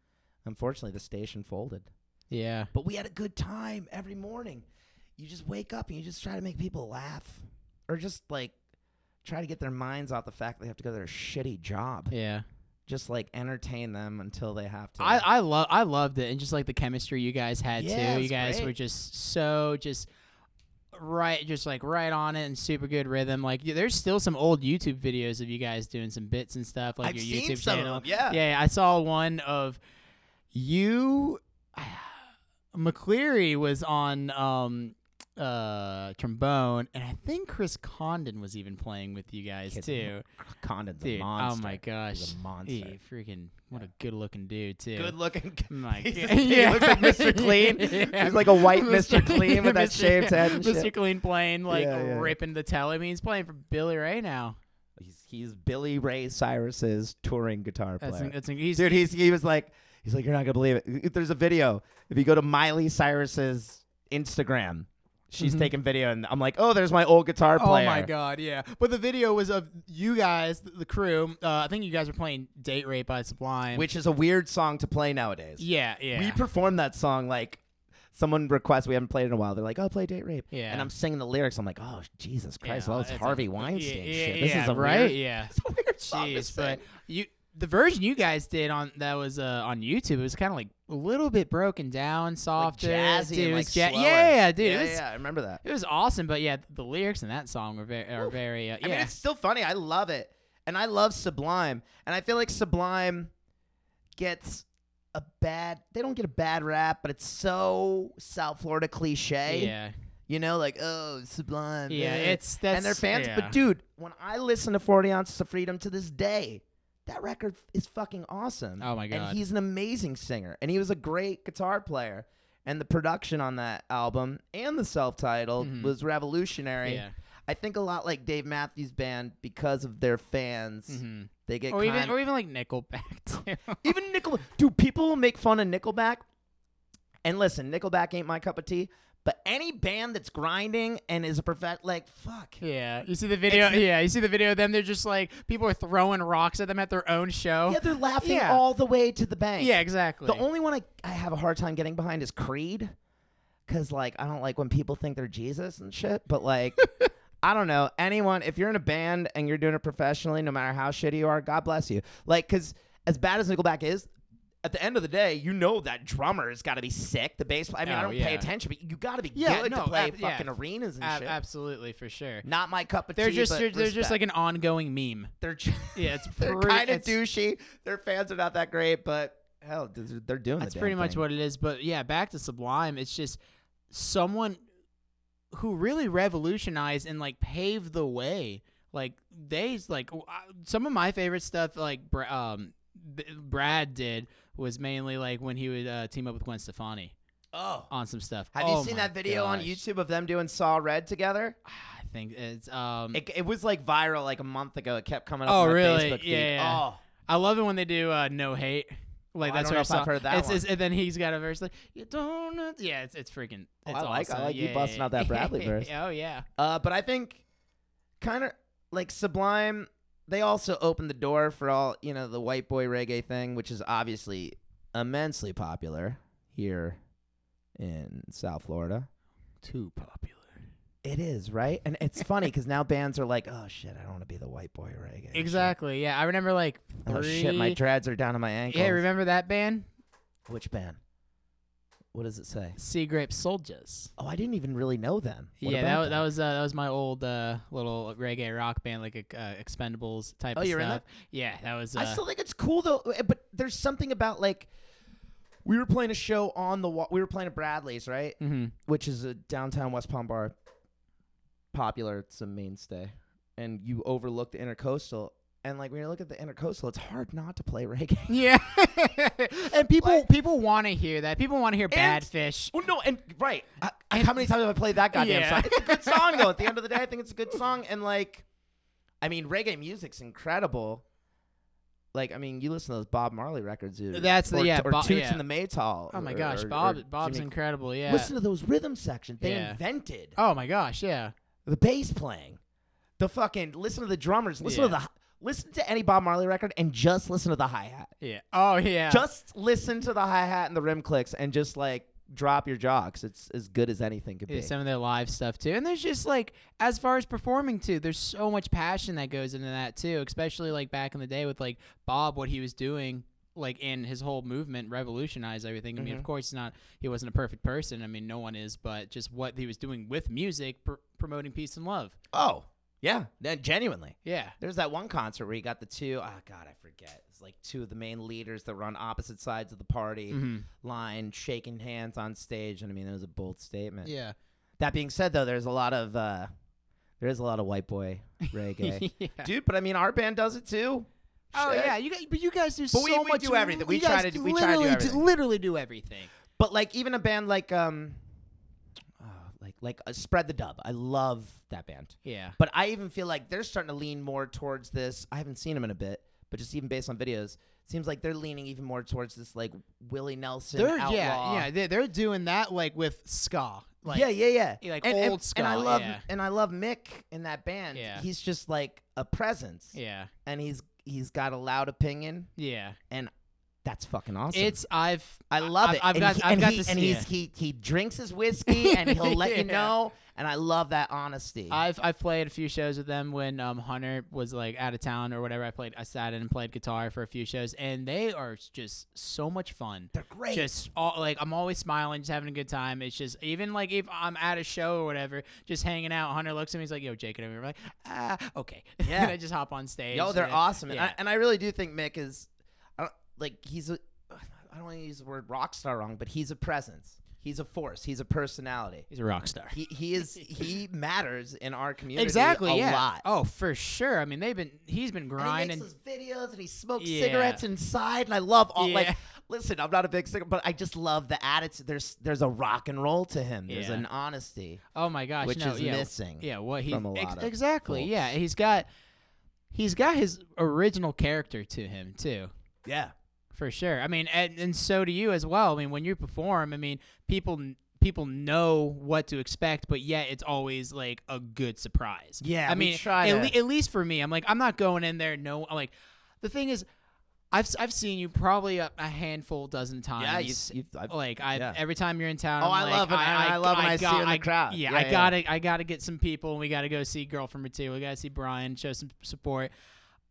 B: unfortunately, the station folded.
A: Yeah.
B: But we had a good time every morning. You just wake up and you just try to make people laugh or just like try to get their minds off the fact they have to go to their shitty job.
A: Yeah.
B: Just like entertain them until they have to.
A: I I love I loved it and just like the chemistry you guys had
B: Yeah, it
A: too. You
B: was
A: guys
B: great.
A: were just so just right just like right on it and super good rhythm. Like y- there's still some old YouTube videos of you guys doing some bits and stuff like
B: I've
A: your
B: seen
A: YouTube
B: some of
A: channel.
B: them, yeah.
A: Yeah, I saw one of you McCleary was on um uh trombone and I think Chris Condon was even playing with you guys
B: Kids-
A: too.
B: Condon's
A: Dude,
B: a monster.
A: oh my gosh.
B: He's a monster.
A: Yeah, freaking what a good looking dude too.
B: Good looking.
A: My
B: He's
A: God.
B: a- He looks like Mr. Clean.
A: Yeah.
B: He's like a white Mr. Clean with that
A: Mr.
B: shaved head and
A: Mr.
B: shit.
A: Clean playing like
B: Yeah, yeah.
A: ripping the telly. I mean, he's playing for Billy Ray now.
B: He's, he's Billy Ray Cyrus's touring guitar
A: That's
B: player.
A: an, that's an, he's
B: Dude, he's he was like he's like you're not gonna believe it. There's a video. If you go to Miley Cyrus's Instagram, she's
A: Mhm.
B: taking video, and I'm like, oh, there's my old guitar
A: Oh
B: player.
A: my god, yeah. But the video was of you guys, the, the crew. Uh, I think you guys were playing "Date Rape" by Sublime.
B: Which is a weird song to play nowadays.
A: yeah, yeah.
B: We perform that song like someone requests we haven't played in a while. They're like, "Oh, play Date Rape."
A: Yeah.
B: And I'm singing the lyrics. I'm like, "Oh, Jesus Christ!
A: Yeah,
B: well, it's
A: it's a-
B: Harvey Weinstein
A: yeah,
B: shit.
A: yeah,
B: This
A: yeah,
B: is a
A: right,
B: weird,
A: yeah.
B: It's a weird song to
A: Jeez, but
B: sing.
A: you the version you guys did on that was uh, on YouTube. It was kind of like a little bit broken down, softer,
B: jazzy
A: dude,
B: and,
A: it
B: like,
A: was ja-
B: slower.
A: yeah, dude. it
B: yeah,
A: was-
B: yeah, I remember that.
A: It was awesome, but yeah, the lyrics in that song were very, are very, uh,
B: I mean,
A: yeah,
B: it's still funny. I love it, and I love Sublime, and I feel like Sublime gets a bad. They don't get a bad rap, but it's so South Florida cliche.
A: yeah,
B: You know, like oh, Sublime.
A: yeah.
B: eh.
A: It's that's
B: and their fans.
A: yeah.
B: But dude, when I listen to Forty Ounces of Freedom to this day, that record is fucking awesome.
A: Oh my God.
B: And he's an amazing singer, and he was a great guitar player. And the production on that album and the self-titled
A: Mhm.
B: was revolutionary.
A: Yeah.
B: I think a lot like Dave Matthews Band because of their fans.
A: Mhm.
B: They get
A: or even
B: kind-
A: or even like Nickelback too.
B: even Nickel. Dude, people will make fun of Nickelback. And listen, Nickelback ain't my cup of tea, But any band that's grinding and is a perfect, like, fuck.
A: Yeah, you see the video.
B: It's-
A: yeah, you see the video of them. They're just like people are throwing rocks at them at their own show.
B: Yeah, they're laughing
A: Yeah.
B: all the way to the bank.
A: Yeah, exactly.
B: The only one I, I have a hard time getting behind is Creed. Cause like I don't like when people think they're Jesus and shit, but like I don't know. Anyone if you're in a band and you're doing it professionally, no matter how shitty you are, God bless you. Like cause as bad as Nickelback is, at the end of the day, you know that drummer has gotta be sick. The bass I mean, I
A: Oh,
B: don't pay
A: yeah.
B: attention, but you gotta be
A: Yeah,
B: good
A: no,
B: to play
A: ab- yeah.
B: fucking arenas and
A: Ab-
B: shit.
A: absolutely for sure.
B: Not my cup of
A: They're
B: tea.
A: just
B: but
A: they're, they're just
B: respect.
A: like an ongoing meme.
B: they're ju-
A: Yeah, it's
B: they're
A: pretty-
B: kind of
A: it's-
B: douchey. Their fans are not that great, but hell, they're they're doing. the
A: That's
B: damn
A: pretty much
B: thing.
A: what it is. But yeah, back to Sublime. It's just someone who really revolutionized and like paved the way. Like they like w- I- some of my favorite stuff. Like Br- um, B- Brad did was mainly like when he would uh, team up with Gwen Stefani
B: Oh.
A: on some stuff.
B: Have
A: Oh
B: you seen
A: my
B: that video on
A: gosh.
B: YouTube of them doing Saw Red together?
A: I think it's um.
B: It, it was like viral like a month ago. It kept coming up.
A: Oh,
B: on my
A: really?
B: Facebook feed.
A: Yeah, yeah.
B: Oh,
A: I love it when they do uh, no hate. Like
B: Oh, I
A: that's
B: don't know
A: her
B: if I've
A: song.
B: heard that
A: It's- it's- and then he's got a verse like you don't. know-" Yeah, it's it's freaking.
B: Oh,
A: It's
B: I like- I
A: awesome.
B: like you
A: Yeah,
B: busting
A: yeah,
B: out that
A: yeah.
B: Bradley verse.
A: oh yeah.
B: Uh, but I think kind of like Sublime. They also opened the door for all you know the white boy reggae thing, which is obviously immensely popular here in South Florida.
A: Too popular.
B: It is right, and it's funny because now bands are like, "Oh shit, I don't want to be the white boy reggae." shit.
A: Exactly. Yeah, I remember like three.
B: Oh shit, my dreads are down to my ankles.
A: yeah, remember that band?
B: Which band? What does it say?
A: Sea Grape Soldiers.
B: Oh, I didn't even really know them. What
A: yeah, that,
B: about
A: wa- that
B: them?
A: was uh, that was my old uh, little reggae rock band, like a uh, Expendables type.
B: Oh,
A: of
B: you were in
A: stuff. Yeah, that was. Uh,
B: I still think it's cool though, eh, but there's something about like. We were playing a show on the wa- we were playing at Bradley's, right?
A: hmm
B: Which is a downtown West Palm bar. Popular, it's a mainstay. And you overlook the intercoastal. And like when you look at the intercoastal, it's hard not to play reggae.
A: Yeah, and people
B: Like-
A: people want to hear that. People want to hear Bad Fish.
B: Oh no, and right. I, I- how many times have I played that goddamn
A: Yeah.
B: song? It's a good song though. At the end of the day, I think it's a good song. And like, I mean, reggae music's incredible. Like, I mean, you listen to those Bob Marley records, dude.
A: That's the-
B: or,
A: yeah,
B: or
A: Bo-
B: Toots
A: yeah.
B: and the Maytall.
A: Oh my
B: or-
A: gosh,
B: or-
A: Bob
B: or
A: Bob's
B: Jimmy-
A: incredible. Yeah.
B: Listen to those rhythm sections they
A: Yeah.
B: invented.
A: Oh my gosh, yeah.
B: The bass playing, the fucking listen to the drummers. Listen to
A: Yeah.
B: the listen to any Bob Marley record and just listen to the hi hat.
A: Yeah. Oh yeah.
B: Just listen to the hi hat and the rim clicks and just like drop your jocks. It's as good as anything could be.
A: Yeah, some of their live stuff too. And there's just like as far as performing too, there's so much passion that goes into that too, especially like back in the day with like Bob what he was doing like in his whole movement revolutionized everything. I mean,
B: Mm-hmm.
A: of course not he wasn't a perfect person. I mean, no one is, but just what he was doing with music pr- promoting peace and love.
B: Oh, yeah. No, genuinely.
A: Yeah.
B: There's that one concert where you got the two, ah, God, I forget. It's like two of the main leaders that were on opposite sides of the party
A: Mhm.
B: line, shaking hands on stage. And I mean, it was a bold statement.
A: Yeah.
B: That being said, though, there's a lot of, uh, there is a lot of white boy reggae.
A: yeah.
B: Dude, but I mean, our band does it too.
A: Oh
B: Shit.
A: yeah, you guys, but you guys do
B: But we-
A: so
B: we
A: much.
B: do everything. We
A: you
B: try
A: guys
B: to- we try to do
A: literally
B: everything.
A: literally do everything.
B: But like even a band like um, oh, like like uh, Spread the Dub. I love that band.
A: Yeah.
B: But I even feel like they're starting to lean more towards this. I haven't seen them in a bit, but just even based on videos, it seems like they're leaning even more towards this like Willie Nelson
A: They're
B: outlaw.
A: yeah, yeah, they're, they're doing that like with ska. Like,
B: yeah, yeah, yeah.
A: Yeah, like
B: and, and-
A: old ska,
B: And I love
A: yeah.
B: and I love Mick in that band.
A: Yeah.
B: He's just like a presence,
A: Yeah.
B: and he's he's got a loud opinion.
A: Yeah.
B: That's fucking awesome.
A: It's I've
B: I love
A: I've-
B: it.
A: I've
B: and
A: got-
B: he,
A: I've
B: and
A: got
B: he,
A: to
B: and
A: see
B: he's,
A: it.
B: he he drinks his whiskey and he'll let you
A: Yeah.
B: know. And I love that honesty.
A: I've I've played a few shows with them when um Hunter was like out of town or whatever. I played I sat in and played guitar for a few shows and they are just so much fun.
B: They're great.
A: Just all like I'm always smiling, just having a good time. It's just even like if I'm at a show or whatever, just hanging out. Hunter looks at me, he's like, "Yo, Jake," and I'm like, "Ah, okay."
B: Yeah.
A: and I just hop on stage.
B: Yo, they're
A: and-
B: awesome, and, I,
A: yeah.
B: and I really do think Mick is, I don't, like he's a, I don't want to use the word rock star wrong, but he's a presence. He's a force. He's a personality.
A: He's a rock star.
B: He he is he matters in our community
A: Exactly.
B: a
A: yeah.
B: lot.
A: Oh, for sure. I mean, they've been he's been
B: And he
A: grinding.
B: makes those videos and he smokes
A: Yeah.
B: cigarettes inside, and I love all
A: Yeah.
B: like. Listen, I'm not a big cigarette, but I just love the attitude. There's there's a rock and roll to him. There's
A: Yeah.
B: an honesty.
A: Oh my gosh,
B: which
A: no,
B: is
A: yeah,
B: missing
A: Yeah, what he
B: from a lot of
A: exactly. Yeah, he's got he's got his original character to him too,
B: Yeah.
A: for sure. I mean, and, and so do you as well. I mean, when you perform, I mean, people n- people know what to expect, but yet it's always like a good surprise.
B: Yeah,
A: I
B: we
A: mean,
B: try
A: at,
B: to-
A: le- at least for me, I'm like I'm not going in there. No, I'm like the thing is, I've s- I've seen you probably a, a handful dozen times.
B: Yeah, you've, you've, I've,
A: like I
B: yeah.
A: every time you're in town.
B: Oh,
A: I'm
B: I
A: like,
B: love when-
A: I,
B: I love when I see
A: got-
B: you in the crowd.
A: Yeah,
B: Yeah,
A: I
B: yeah.
A: gotta I gotta get some people, and we gotta go see Girl from Two. We gotta see Brian, show some support.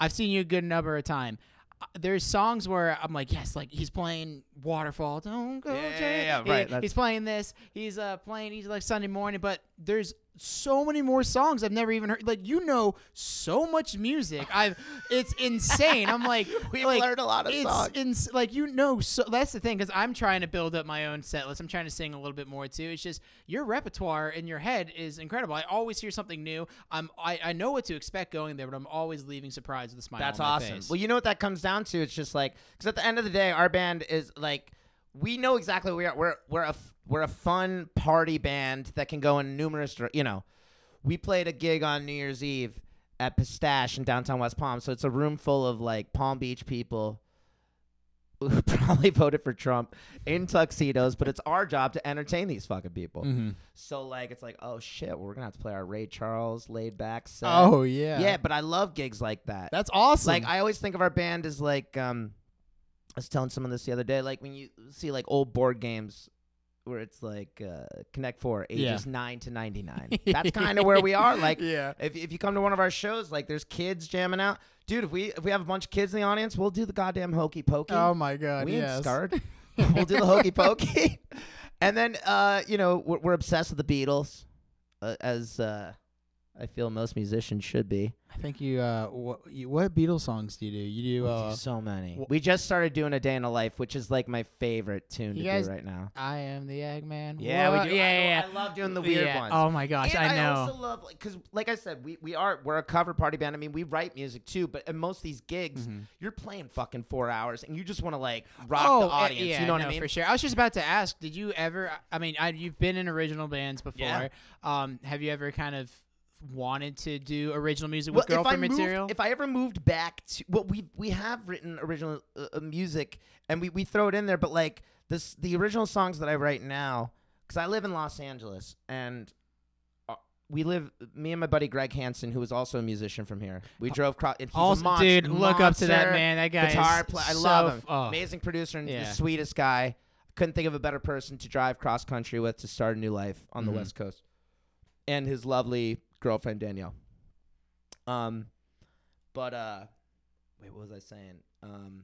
A: I've seen you a good number of time. Uh, There's songs where I'm like, yes, like he's playing Waterfall, don't go,
B: Yeah, yeah,
A: Jay.
B: yeah,
A: He-
B: right, that's-
A: he's playing this. He's uh playing. He's like Sunday morning, but there's so many more songs I've never even heard. Like you know so much music. I've it's insane. I'm like
B: we've
A: like,
B: learned a lot of
A: it's
B: songs.
A: ins- like you know so that's the thing because i'm trying to build up my own set list i'm trying to sing a little bit more too it's just your repertoire in your head is incredible i always hear something new i'm i, I know what to expect going there but i'm always leaving surprised with a smile
B: That's
A: on my
B: awesome.
A: face.
B: Well, you know what that comes down to? It's just like because at the end of the day, our band is like we know exactly what we are. We're we're a f- we're a fun party band that can go in numerous. dir- You know, we played a gig on New Year's Eve at Pistache in downtown West Palm. So it's a room full of like Palm Beach people who probably voted for Trump in tuxedos, but it's our job to entertain these fucking people.
A: Mm. Mm-hmm.
B: So like it's like oh shit, we're gonna have to play our Ray Charles laid back set.
A: Oh, yeah
B: yeah, but I love gigs like that.
A: that's awesome
B: Like I always think of our band as like um I was telling someone this the other day, like when you see like old board games where it's like uh Connect Four, ages nine to ninety nine. That's kinda where we are. Like
A: yeah
B: if if you come to one of our shows, like there's kids jamming out. Dude, if we if we have a bunch of kids in the audience, we'll do the goddamn hokey pokey.
A: Oh my god
B: we ain't scarred. we'll do the hokey pokey. and then uh, you know, we're, we're obsessed with the Beatles. Uh, as uh I feel most musicians should be.
A: i think you uh what you, what beatles songs do you do you do uh,
B: We do so many.
A: wh-
B: we just started doing a day in the life, which is like my favorite tune to
A: You guys-
B: do right now.
A: i am the eggman
B: Yeah,
A: Whoa.
B: we do. I-
A: yeah yeah,
B: I, love doing the weird
A: Yeah.
B: ones.
A: oh my gosh
B: And
A: i know
B: also love because, like I said, we, we are we're a cover party band. I mean, we write music too, but at most of these gigs,
A: Mhm.
B: you're playing fucking four hours, and you just want to like rock the
A: uh,
B: audience.
A: yeah,
B: you know what
A: no,
B: I mean?
A: For sure. I was just about to ask, did you ever? I mean, I, you've been in original bands before.
B: Yeah.
A: Um, have you ever kind of wanted to do original music
B: Well,
A: with girl
B: if I
A: from
B: moved-
A: material?
B: if I ever moved back to well, we we have written original uh, uh, music and we we throw it in there, but like this the original songs that I write now because I live in Los Angeles and. uh, We live, me and my buddy Greg Hansen, who is also a musician from here. We drove cross. And he's
A: Uh, also,
B: a monster,
A: dude, look up to that
B: monster
A: man. That guy
B: guitar
A: is
B: player. I
A: so
B: love him.
A: f- oh.
B: Amazing producer and
A: Yeah.
B: the sweetest guy. Couldn't think of a better person to drive cross country with to start a new life on
A: Mhm.
B: the West Coast. And his lovely girlfriend Danielle. Um, but uh, wait, what was I saying? Um,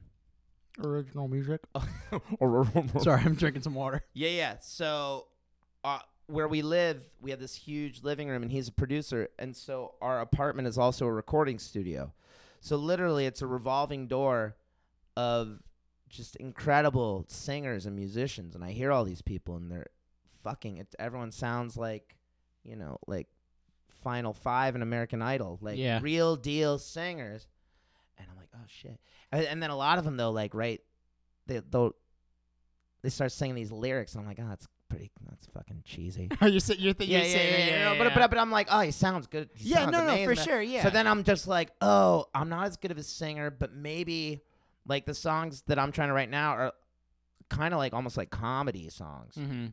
A: Original music. Sorry, I'm drinking some water.
B: yeah, yeah. So, uh, where we live, we have this huge living room, and he's a producer, and so our apartment is also a recording studio. So literally, it's a revolving door of just incredible singers and musicians, and I hear all these people, and they're fucking. It, everyone sounds like, you know, like Final Five and American Idol, like
A: Yeah.
B: real deal singers. And I'm like, oh shit. And, and then a lot of them though, like right, they they'll they start singing these lyrics, and I'm like, oh, that's pretty, that's fucking cheesy.
A: Are you sit- you're th- you're saying,
B: no, But, but but I'm like, oh, he sounds good. He
A: yeah,
B: sounds
A: no, no,
B: amazing.
A: for sure, yeah.
B: So then I'm just like, oh, I'm not as good of a singer, but maybe like the songs that I'm trying to write now are kind of like almost like comedy songs,
A: hmm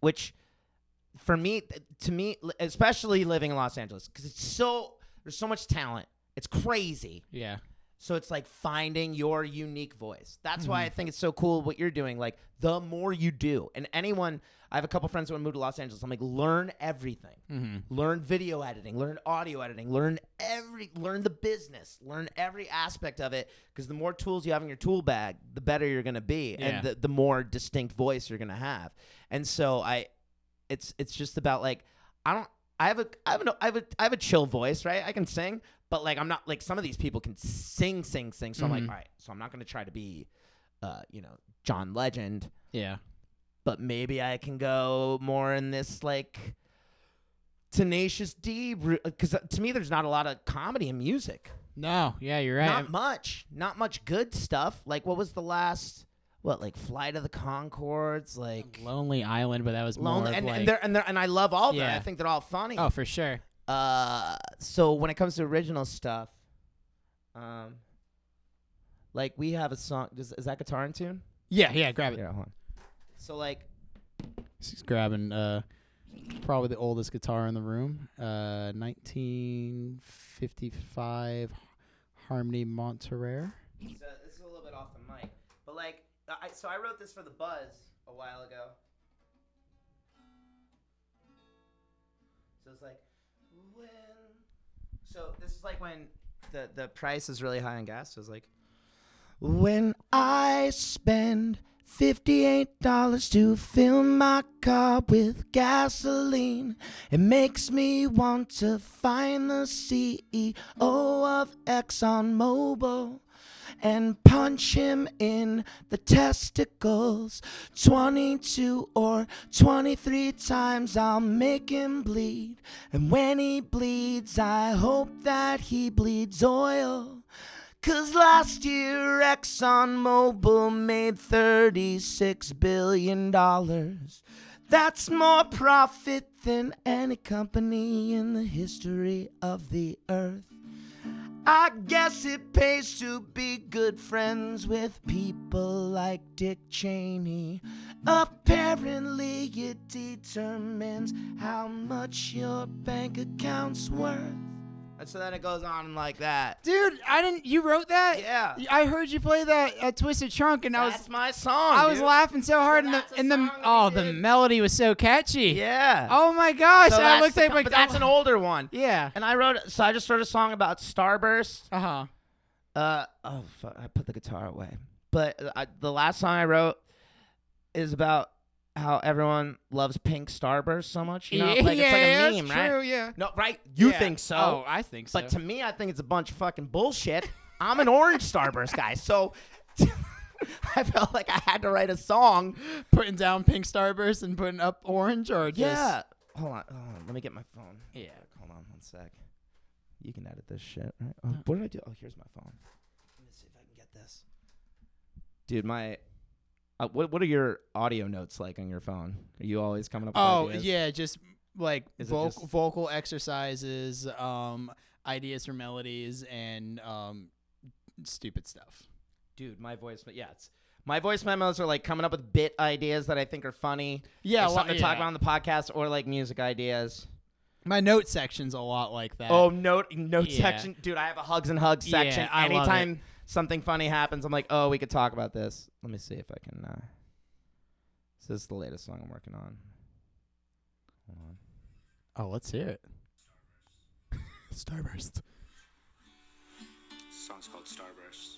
B: which for me, th- to me, li- especially living in Los Angeles, because it's so there's so much talent. It's crazy.
A: yeah,
B: So it's like finding your unique voice. That's why I think it's so cool what you're doing. Like the more you do, and anyone, I have a couple friends who moved to Los Angeles. I'm like, learn everything.
A: hmm
B: Learn video editing. Learn audio editing. Learn every. Learn the business. Learn every aspect of it. Because the more tools you have in your tool bag, the better you're gonna be,
A: Yeah.
B: and the, the more distinct voice you're gonna have. And so I, it's it's just about like I don't. I have a I have a I have a I have a chill voice, right? I can sing, but like I'm not like some of these people can sing, sing, sing. So I'm
A: Mhm.
B: like, all right. So I'm not gonna try to be, uh, you know, John Legend
A: yeah.
B: but maybe I can go more in this like tenacious D because to me there's not a lot of comedy in music.
A: No, yeah, you're right.
B: Not much. Not much good stuff. Like what was the last what like Flight of the Concords like
A: Lonely Island, but that was more
B: Lonely
A: of
B: and,
A: like,
B: and they're and they're and I love all of
A: Yeah.
B: them. I think they're all funny.
A: oh, for sure.
B: Uh so when it comes to original stuff um like we have a song is, is that guitar in tune?
A: Yeah, yeah. Grab it.
B: Yeah, hold on. So like
A: She's grabbing uh, probably the oldest guitar in the room, uh, 1955 Harmony Monterey.
B: So this is a little bit off the mic, but like, I, so I wrote this for the Buzz a while ago. So it's like when. So this is like when the the price is really high on gas. So it's like when I spend fifty eight dollars to fill my car with gasoline, it makes me want to find the CEO of ExxonMobil and punch him in the testicles 22 or 23 times I'll make him bleed and when he bleeds I hope that he bleeds oil Cause last year ExxonMobil made $36 billion. That's more profit than any company in the history of the earth. I guess it pays to be good friends with people like Dick Cheney. Apparently, it determines how much your bank account's worth. And so then it goes on like that.
A: Dude, I didn't. You wrote that?
B: Yeah.
A: I heard you play that at Twisted Trunk, and I was
B: That's my song.
A: I was
B: dude.
A: laughing so hard, and the
B: that's a
A: and the
B: song that
A: oh
B: we
A: the
B: did.
A: melody was so catchy.
B: Yeah.
A: Oh my gosh!
B: So
A: I
B: that's
A: looked
B: the
A: at
B: co-
A: my.
B: but that's an older one.
A: Yeah.
B: And I wrote, so I just wrote a song about Starburst.
A: Uh huh.
B: Uh oh, fuck, I put the guitar away. But uh, I, the last song I wrote is about how everyone loves Pink Starburst so much. You know,
A: yeah,
B: like
A: yeah,
B: it's like a meme,
A: that's
B: right?
A: true, Yeah.
B: No, right? You
A: Yeah.
B: think so?
A: Oh, I think so.
B: but to me, I think it's a bunch of fucking bullshit. I'm an orange Starburst guy, so I felt like I had to write a song.
A: putting down pink starburst and putting up orange or just
B: Yeah. Hold on, hold on. Let me get my phone.
A: Yeah.
B: Hold on one sec. You can edit this shit, right? Oh, what did I do? Oh, here's my phone. Let me see if I can get this. Dude, my. Uh, what What are your audio notes like on your phone? Are you always coming up? with
A: oh
B: ideas?
A: yeah just like
B: Is it
A: vocal,
B: just-
A: vocal exercises um ideas for melodies and um stupid stuff
B: Dude, my voice. But yeah, it's my voice memos are like coming up with bit ideas that I think are funny.
A: yeah,
B: or
A: well,
B: something to talk
A: yeah.
B: about on the podcast or like music ideas.
A: my note section's a lot like that
B: Oh, note note
A: Yeah.
B: section, dude. I have a hugs and hugs
A: Yeah,
B: section.
A: I love
B: Anytime something funny happens, I'm like, oh, we could talk about this. Let me see if I can. Uh, so this is the latest song I'm working on. Hold on.
A: oh let's hear it starburst
C: song's called Starburst.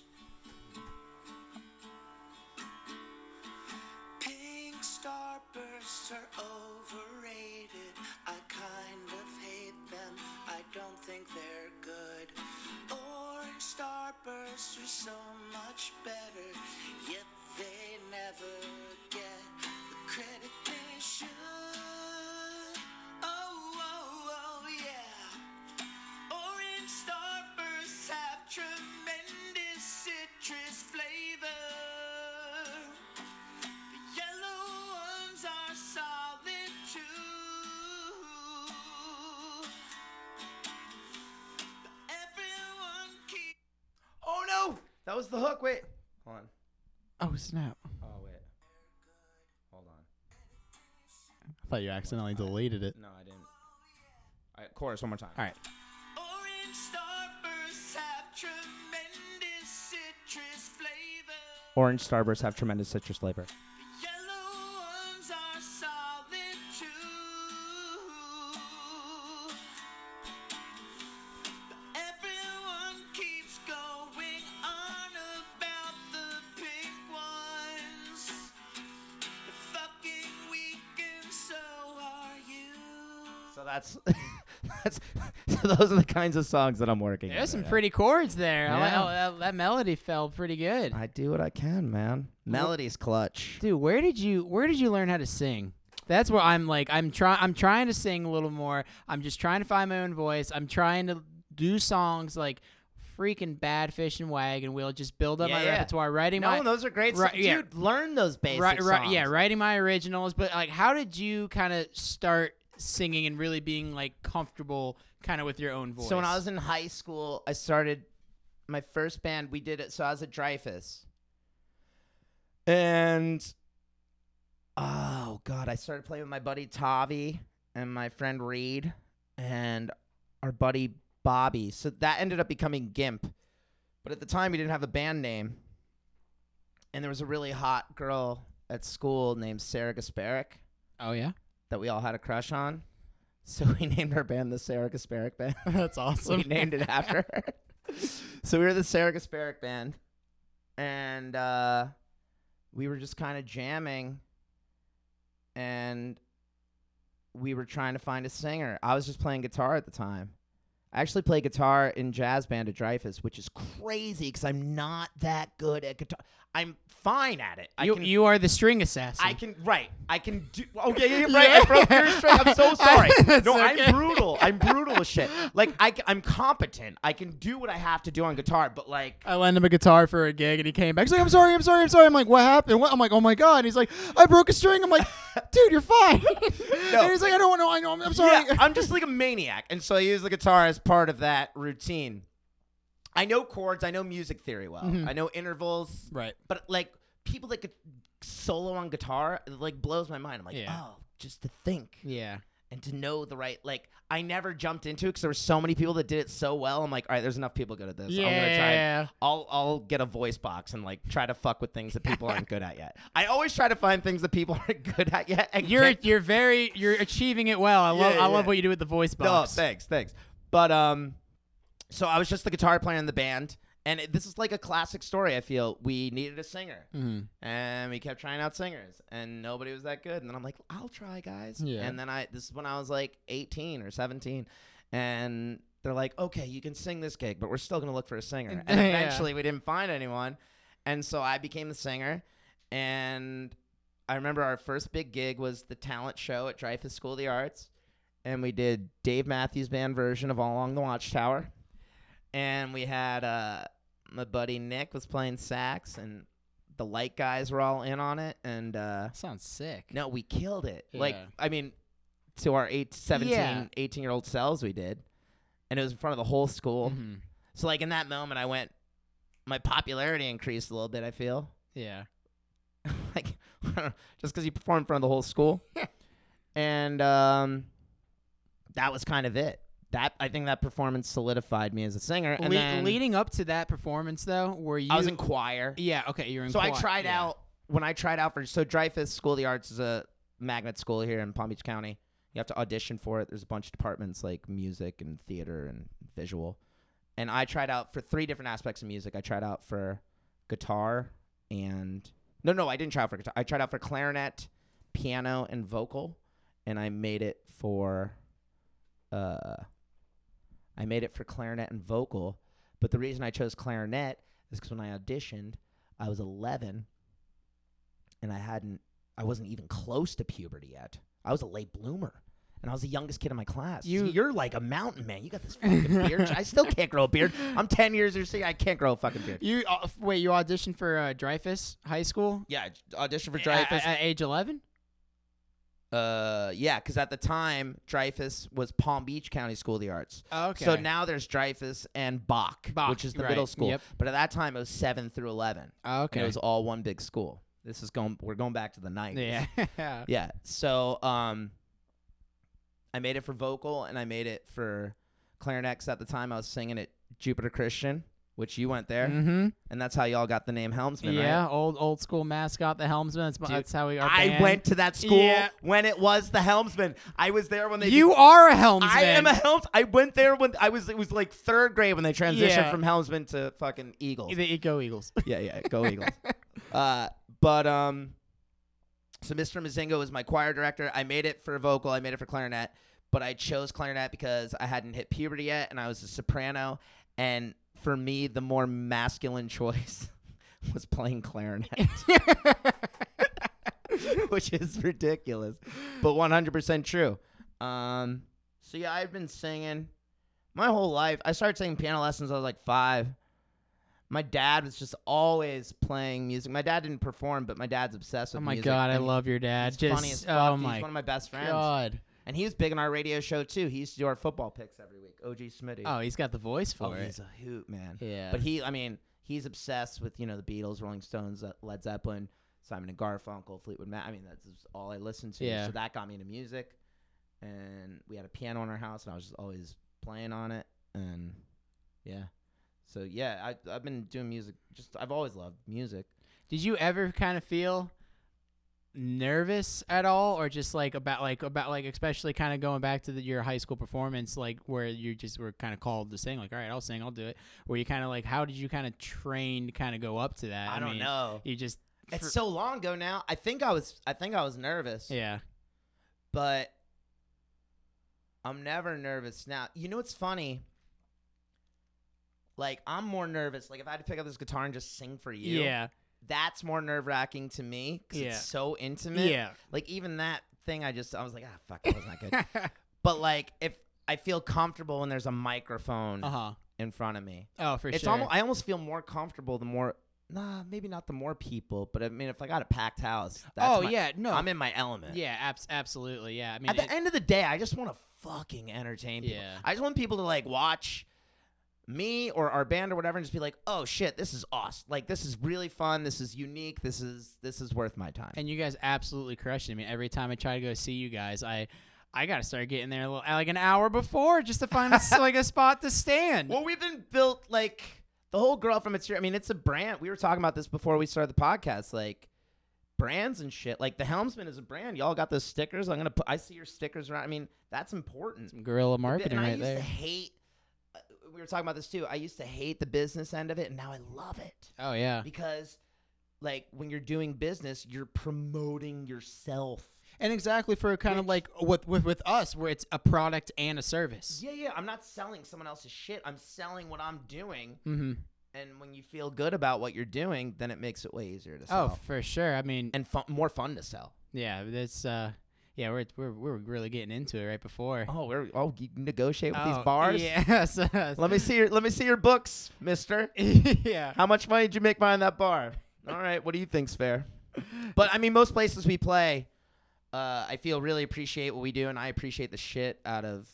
D: Pink starbursts are overrated. I kind of hate them. I don't think they're good. Orange starbursts are so much better, yet they never get the credit they should. Oh, oh, oh, yeah. Orange starbursts have tremendous citrus flavor. The yellow ones are solid too. But everyone keeps.
B: Oh no, that was the hook. Wait. Hold on.
A: oh snap i
B: Oh wait. Hold on.
A: thought you accidentally deleted it
B: No, I didn't. All right, chorus one more time.
A: all right
D: Orange starbursts have tremendous citrus flavor.
B: Orange starbursts have tremendous citrus flavor.
D: Yellow ones are solid too. But everyone keeps going on about the pink ones. They're fucking weak and so are you.
B: So that's that's so those are the kinds of songs that I'm working. on
A: there's some
B: right now.
A: pretty chords there I like-
B: Yeah.
A: oh, that, that melody fell pretty good
B: I do what I can, man. Melody's clutch.
A: Dude, where did you where did you learn how to sing? That's where I'm like I'm trying I'm trying to sing a little more. I'm just trying to find my own voice. I'm trying to do songs like freaking bad fish and wagon wheel. Just build up
B: Yeah,
A: my
B: yeah.
A: repertoire, writing
B: No,
A: my
B: those are great.
A: Right,
B: songs.
A: yeah.
B: Dude, learn those basic
A: right, right, yeah,
B: songs.
A: writing my originals. But like, how did you kind of start singing and really being like comfortable kind of with your own voice?
B: So when I was in high school, I started my first band. We did it. So I was at Dreyfus, and oh god, I started playing with my buddy Tavi and my friend Reed and our buddy Bobby. So that ended up becoming Gimp. But at the time we didn't have a band name. And there was a really hot girl at school named Sarah Gasparic
A: Oh yeah,
B: that we all had a crush on. So we named our band the Sarah Gasparic Band.
A: that's
B: we
A: awesome.
B: named it after her. so we were the Sarah Gasparic band, and uh, we were just kind of jamming, and we were trying to find a singer. I was just playing guitar at the time. I actually play guitar in jazz band at Dreyfus, which is crazy because I'm not that good at guitar. I'm fine at it. I
A: you,
B: can,
A: you are the string assassin.
B: I can right. I can do. Okay, yeah, yeah, right. I broke your string. I'm so
A: I-
B: sorry.
A: that's
B: no,
A: okay.
B: I'm brutal. I'm brutal as shit. Like I, am competent. I can do what I have to do on guitar. But like,
A: I lent him a guitar for a gig, and he came back. He's like, "I'm sorry, I'm sorry, I'm sorry." I'm like, "What happened?" What? I'm like, "Oh my god!" And he's like, "I broke a string." I'm like, "Dude, you're fine." And he's like, "I don't want to. I know. I'm, I'm sorry."
B: yeah, I'm just like a maniac, and so I use the guitar as part of that routine. I know chords. I know music theory well.
A: Mm-hmm.
B: I know intervals.
A: right.
B: But like people that could solo on guitar, it, like blows my mind. I'm like,
A: Yeah.
B: oh, just to think.
A: Yeah.
B: and to know the right like I never jumped into it because there were so many people that did it so well. I'm like, all right, there's enough people good at this. I'm gonna try.
A: Yeah.
B: I'll I'll get a voice box and like try to fuck with things that people aren't good at yet. I always try to find things that people aren't good at yet. And
A: You're
B: get-
A: you're very you're achieving it well. I love
B: Yeah,
A: I love
B: yeah.
A: what you do with the voice
B: no,
A: box.
B: Oh, thanks, thanks. But um, so I was just the guitar player in the band, and it, this is like a classic story. I feel we needed a singer,
A: Mhm.
B: Mm-hmm. and we kept trying out singers, and nobody was that good. And then I'm like, I'll try, guys.
A: Yeah.
B: And then I this is when I was like 18 or 17, and they're like, okay, you can sing this gig, but we're still gonna look for a singer. And
A: Yeah.
B: eventually, we didn't find anyone, and so I became the singer, and I remember our first big gig was the talent show at Dreyfus School of the Arts, and we did Dave Matthews Band version of All Along the Watchtower, and we had uh, my buddy Nick was playing sax, and the light guys were all in on it, and uh,
A: sounds sick.
B: no, we killed it. Like
A: Yeah.
B: I mean, to our eight, 17,
A: Yeah.
B: 18 year old selves, we did, and it was in front of the whole school.
A: Mhm.
B: So like in that moment, I went, my popularity increased a little bit. I feel
A: Yeah.
B: like I don't know, just because you perform in front of the whole school, and um, that was kind of it. That I think that performance solidified me as a singer. And
A: Le-
B: then
A: leading up to that performance though, were you
B: I was in choir,
A: Yeah, okay, you're in
B: so I
A: choir,
B: tried
A: yeah.
B: out when I tried out for so Dreyfus School of the Arts is a magnet school here in Palm Beach County. You have to audition for it. There's a bunch of departments like music and theater and visual. And I tried out for three different aspects of music. I tried out for guitar and no, no, I didn't try out for guitar. I tried out for clarinet, piano, and vocal, and I made it for uh I made it for clarinet and vocal. But the reason I chose clarinet is because when I auditioned, I was 11, and I hadn't, I wasn't even close to puberty yet. I was a late bloomer, and I was the youngest kid in my class.
A: You-
B: You, you're like a mountain man. You got this fucking beard. I still can't grow a beard. I'm 10 years or so. I can't grow a fucking beard.
A: You uh, f- wait, you auditioned for uh, Dreyfus High School?
B: Yeah, audition for
A: At, at age 11?
B: Uh, yeah, because at the time Dreyfus was Palm Beach County School of the Arts.
A: Oh, okay.
B: So now there's Dreyfus and Bach,
A: Bach,
B: which is the
A: right,
B: middle school.
A: yep.
B: But at that time it was seven through eleven.
A: Oh, okay.
B: And it was all one big school. This is going. We're going back to the night.
A: yeah.
B: Yeah. So um I made it for vocal and I made it for clarinet 'cause at the time I was singing at Jupiter Christian, which you went there,
A: Mhm.
B: and that's how y'all got the name Helmsman,
A: Yeah,
B: right?
A: old old school mascot, the helmsman. That's,
B: Dude,
A: that's how we are.
B: I went to that school
A: Yeah.
B: when it was the Helmsman. I was there when they
A: You are a helmsman.
B: I am a Helms. I went there when I was. It was like third grade when they transitioned
A: Yeah.
B: from Helmsman to fucking Eagles.
A: the Go Eagles.
B: yeah, yeah, go Eagles. uh, but um, so Mr. Mazingo was my choir director. I made it for vocal. I made it for clarinet, but I chose clarinet because I hadn't hit puberty yet, and I was a soprano. And for me, the more masculine choice was playing clarinet, which is ridiculous, but 100% true. Um, so yeah, I've been singing my whole life. I started taking piano lessons. I was like five. My dad was just always playing music. My dad didn't perform, but my dad's obsessed
A: oh
B: with
A: my
B: music.
A: god, I
B: and
A: love your dad.
B: He's
A: Just
B: funny as fuck.
A: oh
B: He's
A: my
B: one of my best friends,
A: god.
B: and he was big on our radio show too. He used to do our football picks every week. OG Smitty.
A: Oh, he's got the voice for
B: Oh,
A: it.
B: he's a hoot, man.
A: Yeah.
B: But he, I mean, he's obsessed with you know the Beatles, Rolling Stones, uh, Led Zeppelin. Simon and Garfunkel, Fleetwood Mac. I mean, that's just all I listened to.
A: Yeah.
B: So that got me into music. And we had a piano in our house, and I was just always playing on it. And yeah. So yeah, I, I've been doing music. Just I've always loved music.
A: Did you ever kind of feel nervous at all, or just like about like about like especially kind of going back to the, your high school performance, like where you just were kind of called to sing, like all right, I'll sing, I'll do it. Were you kind of like how did you kind of train to kind of go up to that?
B: I, don't
A: mean,
B: know.
A: You just
B: It's
A: for-
B: so long ago now. I think I was I think I was nervous.
A: yeah
B: But I'm never nervous now. You know what's funny? Like I'm more nervous. Like if I had to pick up this guitar and just sing for you,
A: yeah
B: that's more nerve wracking to me because
A: Yeah.
B: it's so intimate.
A: yeah.
B: Like even that thing, I just I was like, ah, fuck, that was not good. but like if I feel comfortable when there's a microphone
A: uh huh.
B: in front of me,
A: Oh, for
B: it's
A: sure.
B: almost I almost feel more comfortable the more. Nah, maybe not the more people, but I mean, if I got a packed house, that's
A: oh
B: my-
A: yeah, no,
B: I'm in my element.
A: yeah, abs- absolutely, yeah. I mean,
B: At the
A: it-
B: end of the day, I just want to fucking entertain people.
A: Yeah.
B: I just want people to like watch me or our band or whatever and just be like, "Oh shit, this is awesome. Like this is really fun. This is unique. This is this is worth my time."
A: and you guys absolutely crushed it. I mean, every time I try to go see you guys, I I gotta start getting there a little, like an hour before just to find a s- like a spot to stand.
B: well, we've been built like the whole girl from it's I mean, it's a brand. We were talking about this before we started the podcast like brands and shit. Like the Helmsman is a brand. Y'all got those stickers. I'm going to put I see your stickers around. I mean, that's important.
A: Guerrilla
B: bi-
A: marketing
B: and I
A: right
B: used
A: there.
B: to hate. uh, We were talking about this too. I used to hate the business end of it, and now I love it
A: oh yeah,
B: because, like, when you're doing business, you're promoting yourself.
A: and exactly for kind of like with with with us, where it's a product and a service.
B: Yeah, yeah. I'm not selling someone else's shit. I'm selling what I'm doing.
A: Mm-hmm.
B: And when you feel good about what you're doing, then it makes it way easier to
A: Oh,
B: sell
A: for sure. I mean,
B: and fun, more fun to sell.
A: yeah, that's uh, yeah, we're we're we're really getting into it right before.
B: Oh, we're oh, you negotiate with
A: Oh,
B: these bars.
A: Yeah. so-
B: Let me see your let me see your books, Mister.
A: yeah.
B: How much money did you make behind that bar? All right, what do you think's fair? But I mean, most places we play, uh, I feel really appreciate what we do, and I appreciate the shit out of.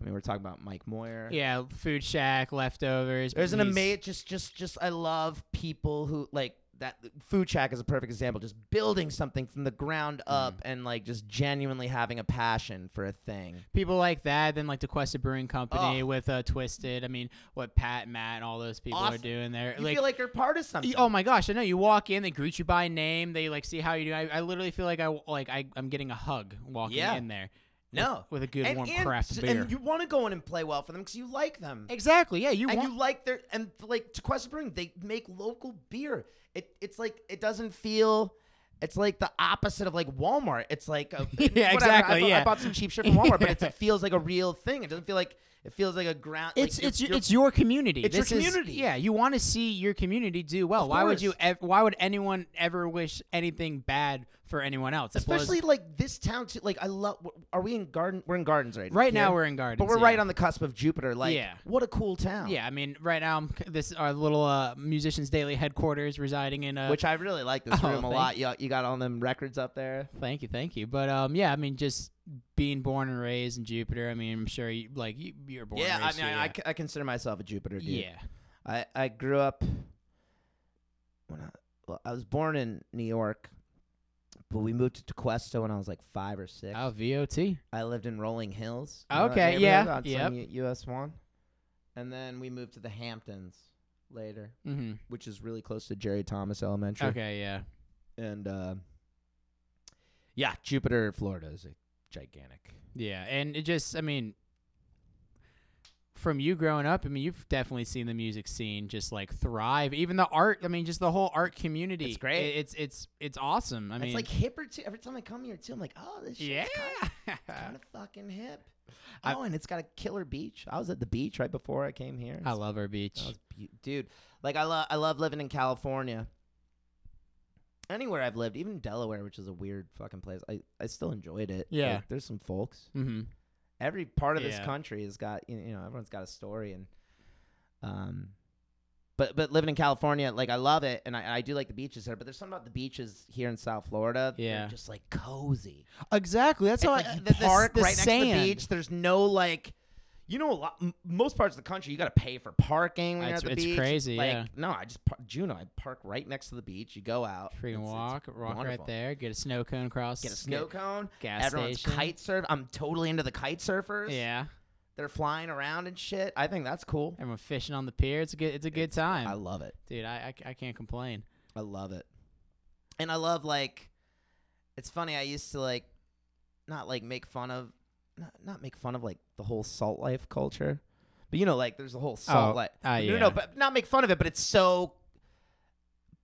B: I mean, we're talking about Mike Moyer.
A: Yeah, food shack, leftovers.
B: there's an
A: he's-
B: amazing just just just I love people who like that. Food Shack is a perfect example, just building something from the
A: Mm.
B: ground up and like just genuinely having a passion for a thing.
A: people like that then like the Questa Brewing Company
B: Oh.
A: with uh, Twisted. I mean, what Pat, Matt, and all those people are
B: Awesome.
A: doing there.
B: You feel like you're part of something.
A: y- oh my gosh, I know. You walk in, they greet you by name, they like see how you do. I, I literally feel like I like I, I'm getting a hug walking
B: Yeah.
A: in there
B: no.
A: with a good warm
B: and,
A: craft
B: and
A: beer.
B: you want to go in and play well for them because you like them.
A: exactly. Yeah, you
B: and
A: want.
B: you like their and like to Quest Brewing, they make local beer. It it's like it doesn't feel. It's like the opposite of like Walmart. It's like a,
A: Yeah,
B: whatever,
A: exactly,
B: I bought,
A: yeah.
B: I bought some cheap shit from Walmart, but it's, it feels like a real thing. It doesn't feel like it feels like a ground. like
A: it's
B: you're-
A: it's
B: you're-
A: it's your community.
B: It's your
A: This is-
B: community.
A: yeah, you want to see your community do well.
B: Of
A: Why would you?
B: course.
A: Ev- why would anyone ever wish anything bad for anyone else? That blows-
B: especially like this town too. Like I love. Are we in Garden? We're in Gardens right now.
A: right now,
B: here.
A: we're in gardens,
B: but we're
A: yeah.
B: right on the cusp of Jupiter. Like,
A: Yeah.
B: what a cool town.
A: Yeah, I mean, right now I'm, this is our little uh, musicians daily headquarters residing in. Uh,
B: Which I really like this
A: Oh,
B: room a
A: thank
B: lot. You, you got all them records up there.
A: thank you, thank you. But um, yeah, I mean, just being born and raised in Jupiter. I mean, I'm sure you like you, you're born.
B: yeah,
A: and
B: I
A: raised
B: mean,
A: here,
B: I, I c- I consider myself a Jupiter dude.
A: yeah.
B: I, I grew up when I well, I was born in New York, but we moved to Tequesta when I was like five or six.
A: yeah. Oh, VOT.
B: I lived in Rolling Hills. you know that
A: Okay, yeah,
B: neighborhood on
A: yep.
B: some U- US one, and then we moved to the Hamptons later,
A: Mm-hmm.
B: which is really close to Jerry Thomas Elementary.
A: Okay, yeah.
B: and uh, yeah, Jupiter, Florida is a gigantic.
A: Yeah, and it just, I mean, from you growing up, I mean, you've definitely seen the music scene just like thrive. Even the art, I mean, just the whole art community.
B: It's great.
A: It- it's it's it's awesome. I mean,
B: it's like hipper too. Every time I come here too, I'm like, oh, this shit's
A: yeah.
B: kinda kind of fucking hip.
A: I-
B: oh, and it's got a killer beach. I was at the beach right before I came here.
A: I love our beach.
B: That was beau- dude. Like I love, I love living in California. Anywhere I've lived, even Delaware, which is a weird fucking place, I, I still enjoyed it.
A: Yeah.
B: Like, there's some folks.
A: mm-hmm.
B: Every part of
A: Yeah.
B: this country has got you know everyone's got a story and, um, but but living in California, like I love it and I, I do like the beaches there. But there's something about the beaches here in South Florida. they're
A: Yeah.
B: just like cozy.
A: Exactly. That's
B: It's
A: how
B: like
A: I
B: you
A: uh, the, the s-
B: park
A: the
B: right
A: sand.
B: next to the beach. There's no like You know, a lot, m- most parts of the country, you got to pay for parking when
A: It's-
B: you're at
A: it's
B: the beach.
A: crazy,
B: Like,
A: yeah.
B: No, I just par- Juno. I park right next to the beach. You go out,
A: Freaking
B: it's- it's
A: walk, walk
B: wonderful.
A: right there. Get a snow cone across.
B: Get a
A: the-
B: snow cone.
A: gas
B: Everyone's
A: station.
B: kite surf. I'm totally into the kite surfers.
A: Yeah,
B: they're flying around and shit. I think that's cool.
A: everyone fishing on the pier. It's a good. It's a good time,
B: I love it.
A: dude. I, I c- I can't complain.
B: I love it. And I love like it's funny I used to like not like make fun of not, not make fun of like the whole salt life culture. But you know like there's the whole salt
A: Oh,
B: life.
A: uh,
B: No no,
A: yeah.
B: but not make fun of it, but it's so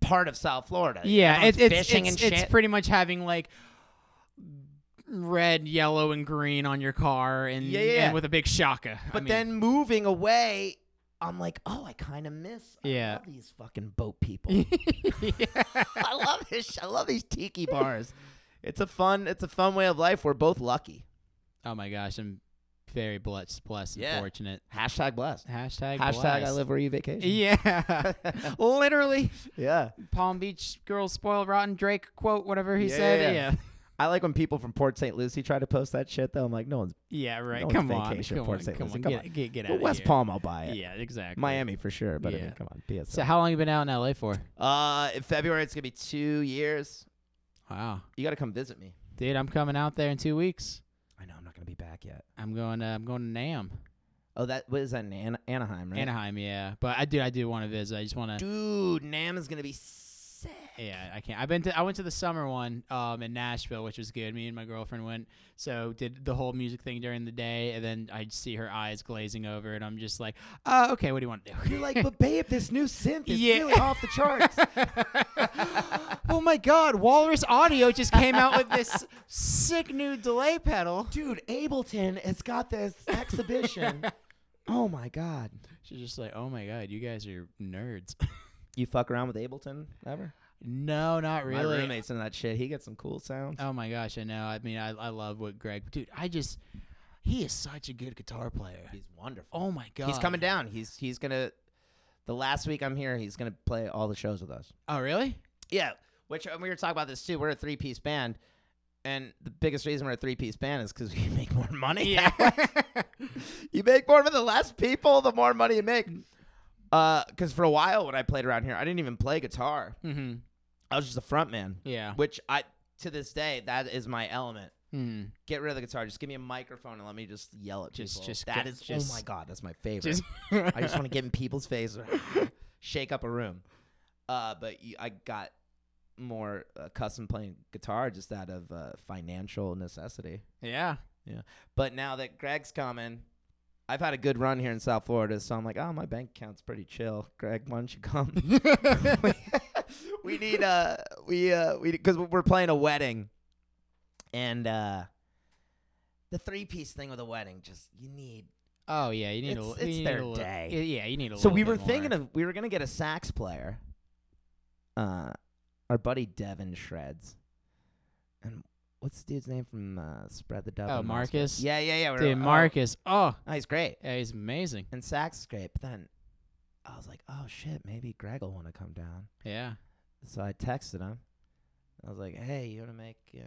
B: part of South Florida.
A: Yeah,
B: Everyone's
A: it's it's,
B: fishing
A: it's,
B: and
A: it's
B: shit.
A: pretty much having like red, yellow, and green on your car, and
B: Yeah, yeah, yeah.
A: and with a big shaka. I
B: but
A: mean,
B: then moving away I'm like, oh, I kind of miss. I
A: Yeah.
B: love these fucking boat people. I love this. sh- I love these tiki bars. It's a fun. It's a fun way of life. We're both lucky.
A: oh my gosh, I'm very blessed, blessed, and
B: Yeah.
A: fortunate.
B: Hashtag blessed.
A: Hashtag
B: Hashtag I
A: blessed.
B: live where you vacation.
A: Yeah, literally.
B: Yeah.
A: Palm Beach girls spoil rotten. Drake quote, whatever he
B: Yeah,
A: said.
B: yeah,
A: Yeah,
B: yeah.
A: yeah,
B: I like when people from Port St. Lucie try to post that shit though. I'm like, no one's
A: right.
B: No one's
A: come on,
B: vacation
A: come
B: for
A: on,
B: St.
A: come
B: Lucie.
A: on,
B: Come
A: get,
B: on.
A: Get, get out
B: well,
A: of
B: West
A: here.
B: Palm. I'll buy it.
A: Yeah, exactly.
B: Miami for sure. But I mean,
A: Yeah.
B: come on, PSL.
A: So how long you been out in LA for?
B: uh, in February it's gonna be two years.
A: Wow,
B: You got to come visit me.
A: dude, I'm coming out there in two weeks.
B: I know I'm not gonna be back yet.
A: I'm going. To, I'm going to Nam,
B: Oh, that was in Ana- Anaheim, right?
A: Anaheim. Yeah, but I do. I do want to visit. I just want to.
B: Dude, Nam is gonna be sick.
A: Yeah, I can't. I've been to. I went to the summer one um, in Nashville, which was good. Me and my girlfriend went. So did the whole music thing during the day, and then I see her eyes glazing over, and I'm just like, oh, okay, what do you want to do?
B: You're like, but babe, this new synth is
A: Yeah.
B: really off the charts.
A: oh my god, Walrus Audio just came out with this sick new delay pedal.
B: Dude, Ableton has got this exhibition. oh my god.
A: She's just like, oh my god, you guys are nerds.
B: You fuck around with Ableton ever?
A: no, not really.
B: My roommate's in that shit. He gets some cool sounds.
A: Oh my gosh, I know. I mean, I, I love what Greg, dude. I just, he is such a good guitar player.
B: He's wonderful.
A: Oh my god,
B: He's coming down. He's he's gonna. The last week I'm here, he's gonna play all the shows with us.
A: Oh really?
B: Yeah, which and we were talking about this too. We're a three piece band, and the biggest reason we're a three piece band is because we make more money.
A: Yeah.
B: you make more for the less people, the more money you make. Because for a while when I played around here, I didn't even play guitar.
A: mm-hmm.
B: I was just a front man.
A: Yeah.
B: Which I to this day that is my element.
A: Mm-hmm.
B: Get rid of the guitar. Just give me a microphone and let me just yell at
A: Just-
B: people.
A: just
B: that
A: get-
B: is
A: just-
B: oh my god, that's my favorite.
A: Just
B: I just want to get in people's faces, shake up a room. Uh, but you, I got more accustomed playing guitar just out of uh, financial necessity.
A: yeah.
B: But now that Greg's coming, I've had a good run here in South Florida, so I'm like, oh, my bank account's pretty chill. Greg, why don't you come? we need uh we uh we because we're playing a wedding, and uh the three piece thing with a wedding just you need.
A: Oh yeah, you need a.
B: It's-
A: li-
B: it's
A: you need
B: their
A: a li-
B: day.
A: y- Yeah, you need a.
B: So
A: little
B: we
A: bit
B: were thinking
A: more.
B: of we were gonna get a sax player. Uh, our buddy Devin Shreds, and what's the dude's name from uh, Spread the Dove?
A: Oh,
B: and Moss Pit?
A: Marcus?
B: Yeah, yeah, yeah. we were-
A: Dude,
B: oh,
A: Marcus. Oh,
B: oh, he's great.
A: yeah, he's amazing.
B: and sax is great. But then I was like, oh shit, maybe Greg will want to come down.
A: Yeah,
B: So I texted him. I was like, hey, you want to make uh,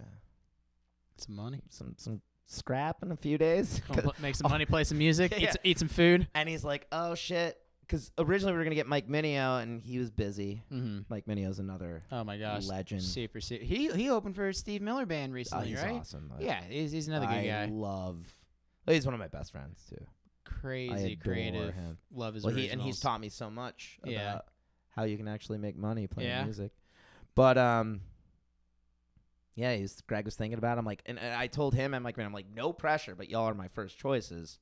A: some money.
B: some some scrap in a few days?
A: Wanna pl- make some money, play some music,
B: Yeah,
A: eat,
B: yeah.
A: s- eat some food.
B: and he's like, oh shit, because originally we were gonna get Mike Minio, and he was busy.
A: Mm-hmm.
B: Mike Minio's another.
A: Oh my gosh,
B: Legend.
A: Super, super. He he opened for Steve Miller Band
B: Oh,
A: recently,
B: he's
A: right?
B: awesome. I-
A: Yeah, he's, he's another
B: I
A: good guy.
B: love. well, he's one of my best friends too.
A: Crazy,
B: adore
A: creative.
B: him.
A: Love his
B: Well, he, and he's
A: originals.
B: taught me so much about
A: Yeah.
B: how you can actually make money playing
A: Yeah.
B: music. But um, yeah, he's Greg was thinking about. It. I'm like, and, and I told him, I'm like, man, I'm like, no pressure, but y'all are my first choices.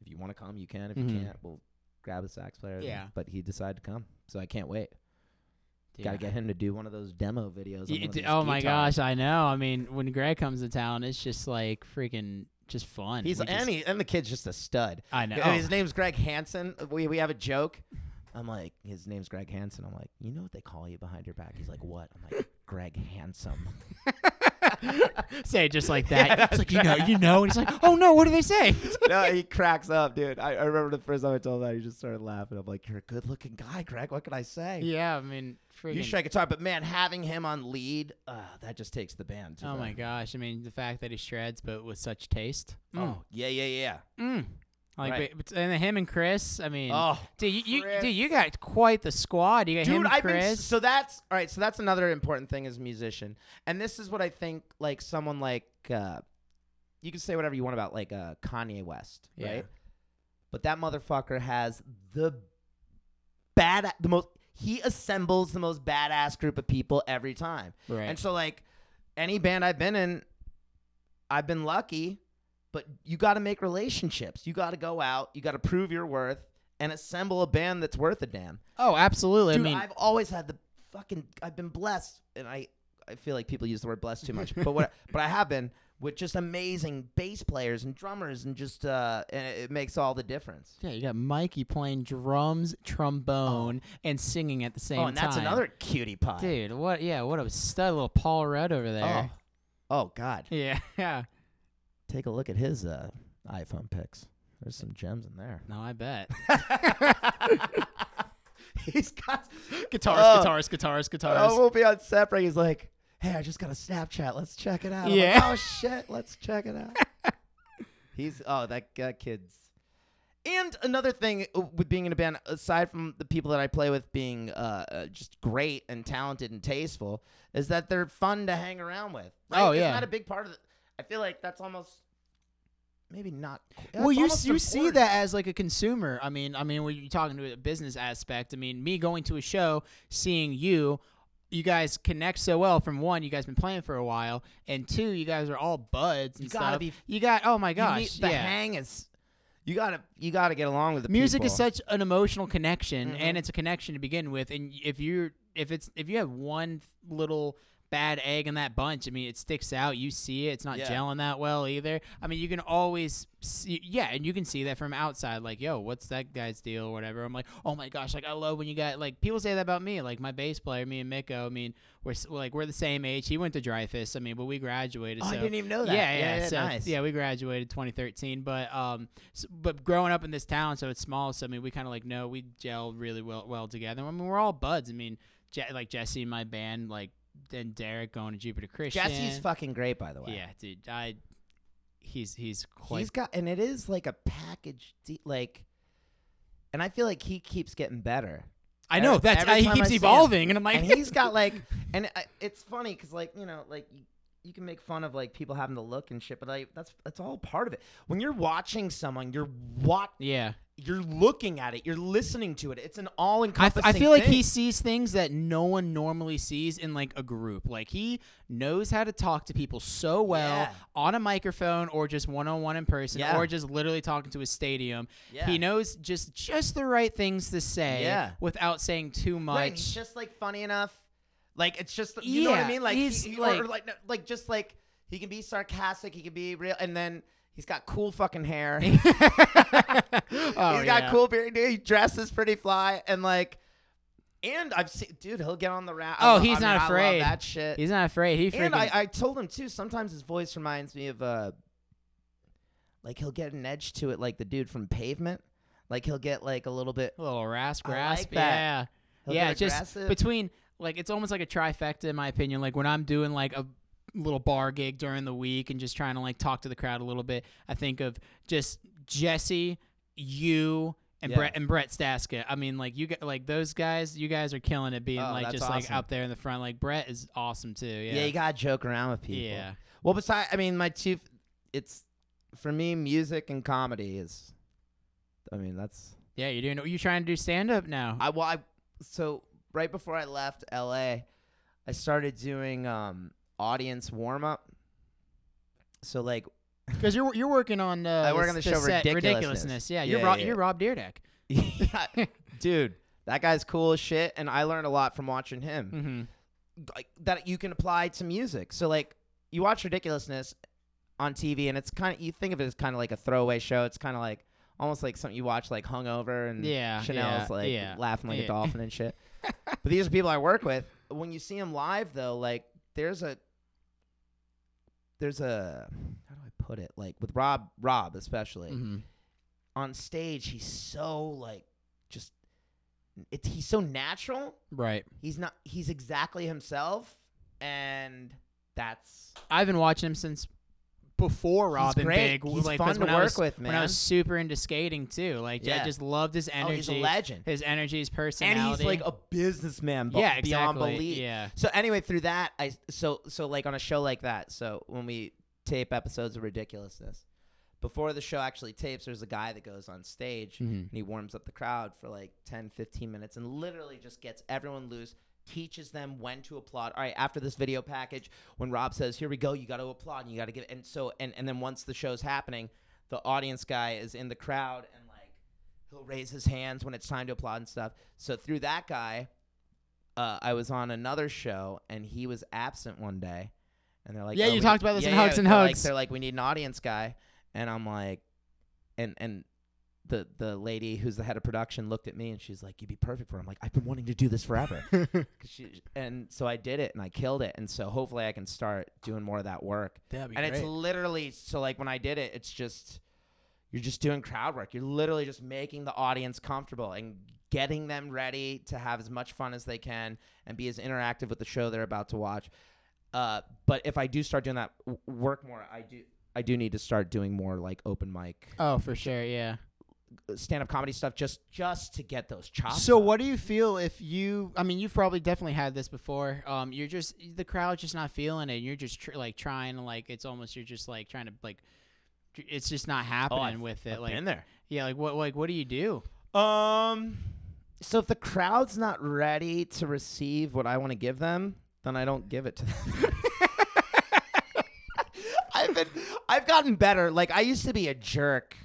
B: If you want to come, you can. If you
A: Mhm.
B: can't, we'll grab a sax player.
A: Yeah.
B: But he decided to come, so I can't wait.
A: Dude,
B: Gotta
A: I-
B: get him to do one of those demo videos.
A: Yeah,
B: on one of
A: d-
B: these
A: oh my
B: guitars.
A: gosh, I know. I mean, when Greg comes to town, it's just like freaking just fun.
B: He's
A: We just-
B: and, he, and the kid's just a stud.
A: I know.
B: Yeah, His name's Greg Hansen. We we have a joke. I'm like, his name's Greg Hansen. I'm like, you know what they call you behind your back? He's like, what? I'm like, Greg Handsome.
A: Say it just like
B: Yeah,
A: that.
B: that's
A: it's like you know, you know, and he's like, oh no, what do they say?
B: no, he cracks up, dude. I, I remember the first time I told him that, he just started laughing. I'm like, you're a good looking guy, Greg. What can I say?
A: yeah, I mean, freaking.
B: You strike guitar, but man, having him on lead, uh, that just takes the band. To
A: oh
B: the-
A: my gosh, I mean, the fact that he shreds, but with such taste. Mm.
B: Oh yeah, yeah, yeah.
A: Mm. Like,
B: Right.
A: but- and him and Chris. I mean,
B: Oh,
A: dude, you, you
B: Chris.
A: dude, you got quite the squad. You got him,
B: Dude, I've been
A: Chris.
B: so that's all right. So that's another important thing as a musician, and this is what I think. Like someone like uh, you can say whatever you want about like uh, Kanye West,
A: Yeah.
B: right? But that motherfucker has the bad, the most. He assembles the most badass group of people every time,
A: right.
B: and so like any band I've been in, I've been lucky, but you got to make relationships. You got to go out. You got to prove your worth. And assemble a band that's worth a damn.
A: oh, absolutely.
B: Dude,
A: I mean,
B: I've always had the fucking. I've been blessed, and I I feel like people use the word blessed too much, but what? But I have been with just amazing bass players and drummers, and just uh, and it, it makes all the difference.
A: yeah, you got Mikey playing drums, trombone, and singing at the same time.
B: oh, and that's another cutie pie.
A: Dude, what? Yeah, what a stud little Paul Rudd over
B: Oh,
A: there.
B: oh God,
A: Yeah, yeah.
B: take a look at his uh, iPhone pics. There's some gems in there.
A: No, I bet.
B: He's got
A: guitars,
B: Oh.
A: guitars, guitars, guitars.
B: Oh, we'll be on set break. He's like, "Hey, I just got a Snapchat. Let's check it out." I'm like,
A: Yeah.
B: oh shit, let's check it out. He's oh that, that kid's. And another thing uh, with being in a band, aside from the people that I play with being uh, uh, just great and talented and tasteful, is that they're fun to hang around with. Right?
A: Oh,
B: Isn't
A: yeah.
B: that a big part of. The, I feel like that's almost maybe not.
A: well,
B: that's
A: you
B: almost
A: you see
B: important.
A: that as like a consumer. I mean, I mean, when you're talking to a business aspect, I mean, me going to a show, seeing you, you guys connect so well. From one, you guys been playing for a while, and two, you guys are all buds. And
B: You gotta
A: stuff.
B: be-
A: You got. Oh my
B: You
A: gosh.
B: need- the
A: yeah.
B: hang is. You gotta you gotta get along with the
A: music
B: people.
A: is such an emotional connection
B: Mhm.
A: and it's a connection to begin with and y- if you're if it's if you have one little bad egg in that bunch i mean it sticks out you see it it's not
B: Yeah.
A: gelling that well either i mean you can always see yeah and you can see that from outside like yo what's that guy's deal or whatever i'm like oh my gosh like i love when you got like people say that about me like my bass player me and miko i mean we're s- like we're the same age he went to dreyfus i mean but we graduated
B: Oh,
A: so
B: I didn't even know that.
A: yeah, yeah,
B: yeah
A: so,
B: nice.
A: Yeah, we graduated 2013, but um, s but growing up in this town, so it's small. So I mean, we kind of like know we gel really well well together. I mean, we're all buds. I mean, Je- like Jesse and my band, like then Derek going to Jupiter Christian.
B: Jesse's fucking great, by the way.
A: Yeah, dude, I he's he's quite.
B: he's got, and it is like a package, de- like, and I feel like he keeps getting better,
A: I know
B: every-
A: that's
B: every
A: I, he
B: time I
A: keeps
B: see him.
A: evolving, and I'm like,
B: and he's got like, and I, it's funny because like you know like. You, you can make fun of like people having to look and shit, but like that's that's all part of it. When you're watching someone, you're what
A: yeah.
B: you're looking at it, you're listening to it. It's an all
A: I, f-
B: encompassing.
A: I feel like he sees things that no one normally sees in like a group. Like he knows how to talk to people so well
B: Yeah.
A: on a microphone or just one on one in person
B: Yeah.
A: or just literally talking to a stadium.
B: Yeah.
A: He knows just just the right things to say
B: Yeah.
A: without saying too much.
B: Right, he's just like funny enough. Like it's just you know what I
A: Yeah,
B: mean. Like
A: he's,
B: he, he-
A: like-
B: or, or like no, like just like he can be sarcastic. He can be real, and then he's got cool fucking hair. He's
A: Oh,
B: got
A: yeah.
B: cool beard. dude, He dresses pretty fly, and like, and I've seen dude. He'll get on the rap.
A: Oh, he's not afraid.
B: that shit.
A: He's not afraid. He freaking
B: and I, I told him too. Sometimes his voice reminds me of uh, like he'll get an edge to it, like the dude from Pavement. Like he'll get like a little bit.
A: a little rasp
B: I like
A: grasp.
B: that.
A: Yeah.
B: He'll
A: yeah,
B: get
A: it's just
B: aggressive.
A: between like it's almost like a trifecta in my opinion. Like when I'm doing like a little bar gig during the week and just trying to like talk to the crowd a little bit, I think of just Jesse, you, and
B: Yeah.
A: Brett and Brett Staska. I mean, like you gu- like those guys, you guys are killing it being
B: Oh,
A: like
B: that's
A: just like
B: awesome.
A: out there in the front. Like Brett is awesome too. Yeah.
B: Yeah, you gotta joke around with people.
A: Yeah.
B: Well, besides, I mean, my two, it's for me, music and comedy is. I mean, that's
A: Yeah, you're doing you trying to do stand up now.
B: I. Well, I so right before I left L.A., I started doing um audience warm up. So like,
A: Cuz you're you're working on uh
B: I work
A: this-
B: on the
A: this
B: show
A: set,
B: Ridiculousness.
A: Yeah, you're
B: Yeah,
A: Ro-
B: yeah, yeah.
A: you're Rob Deerdeck.
B: dude, that guy's cool as shit, and I learned a lot from watching
A: Mhm.
B: him. like that you can apply to music. So like you watch ridiculousness on TV and it's kind of you think of it as kind of like a throwaway show. It's kind of like almost like something you watch like hungover and
A: Yeah,
B: Chanel's
A: yeah,
B: like
A: yeah,
B: laughing like a
A: yeah.
B: dolphin and shit. but these are people I work with. When you see them live though, like there's a there's a how do I put it? Like with Rob Rob especially
A: Mhm.
B: on stage, he's so like just it's he's so natural
A: Right.
B: he's not he's exactly himself and that's
A: I've been watching him since before Robin
B: great.
A: Big. w-
B: He's
A: like,
B: fun
A: 'cause
B: to
A: when I
B: work
A: was,
B: with,
A: When I
B: man.
A: was super into skating too. Like I
B: Yeah.
A: just loved his energy.
B: oh, he's a legend.
A: His energy, his personality.
B: and he's like a businessman bu-
A: Yeah,
B: beyond
A: exactly.
B: belief.
A: Yeah.
B: So anyway, through that, I so so like on a show like that. So when we tape episodes of ridiculousness, before the show actually tapes, there's a guy that goes on stage
A: Hmm.
B: and he warms up the crowd for like 10, 15 minutes and literally just gets everyone loose. Teaches them when to applaud. All right, after this video package, when Rob says, "Here we go," you got to applaud and you got to give. And so, and and then once the show's happening, the audience guy is in the crowd and like he'll raise his hands when it's time to applaud and stuff. So through that guy, uh, I was on another show and he was absent one day, and they're like,
A: Yeah,
B: "Oh,
A: you
B: we-
A: talked about this
B: yeah,
A: in
B: yeah,
A: Hugs and
B: they're like-
A: Hugs.
B: they're like, "We need an audience guy," and I'm like, and and the the lady who's the head of production looked at me and she's like, "You'd be perfect for." Him. I'm like, "I've been wanting to do this forever," 'Cause she, and so I did it and I killed it, and so hopefully I can start doing more of that work.
A: That'd be
B: and it's
A: great.
B: literally so like when I did it, it's just you're just doing crowd work. You're literally just making the audience comfortable and getting them ready to have as much fun as they can and be as interactive with the show they're about to watch. Uh, but if I do start doing that w- work more, I do I do need to start doing more like open mic
A: oh, for sure. Yeah.
B: stand up comedy stuff just just to get those chops.
A: So
B: up.
A: what do you feel if you? I mean, you've probably definitely had this before. Um, you're just the crowd's just not feeling it. You're just tr- like trying to like it's almost you're just like trying to like tr- it's just not happening
B: Oh, I've-
A: with it.
B: I've
A: like
B: been there.
A: yeah, like what like what do you do?
B: Um, so if the crowd's not ready to receive what I want to give them, then I don't give it to them. I've been, I've gotten better. Like I used to be a jerk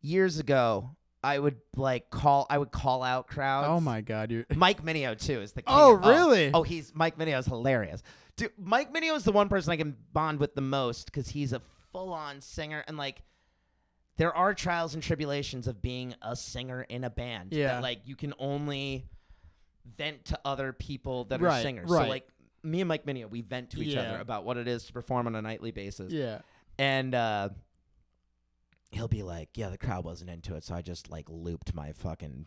B: years ago. I would like call, I would call out crowds.
A: Oh god, you
B: Mike Minio too is the king
A: Oh,
B: of-
A: really?
B: Oh, he's Mike Minio's hilarious. Dude, Mike Minio is the one person I can bond with the most because he's a full-on singer and like there are trials and tribulations of being a singer in a band. that,
A: Yeah.
B: like you can only vent to other people that
A: Right,
B: are singers.
A: right.
B: So like me and Mike Minio, we vent to each
A: Yeah.
B: other about what it is to perform on a nightly basis
A: yeah.
B: and uh he'll be like yeah the crowd wasn't into it so i just like looped my fucking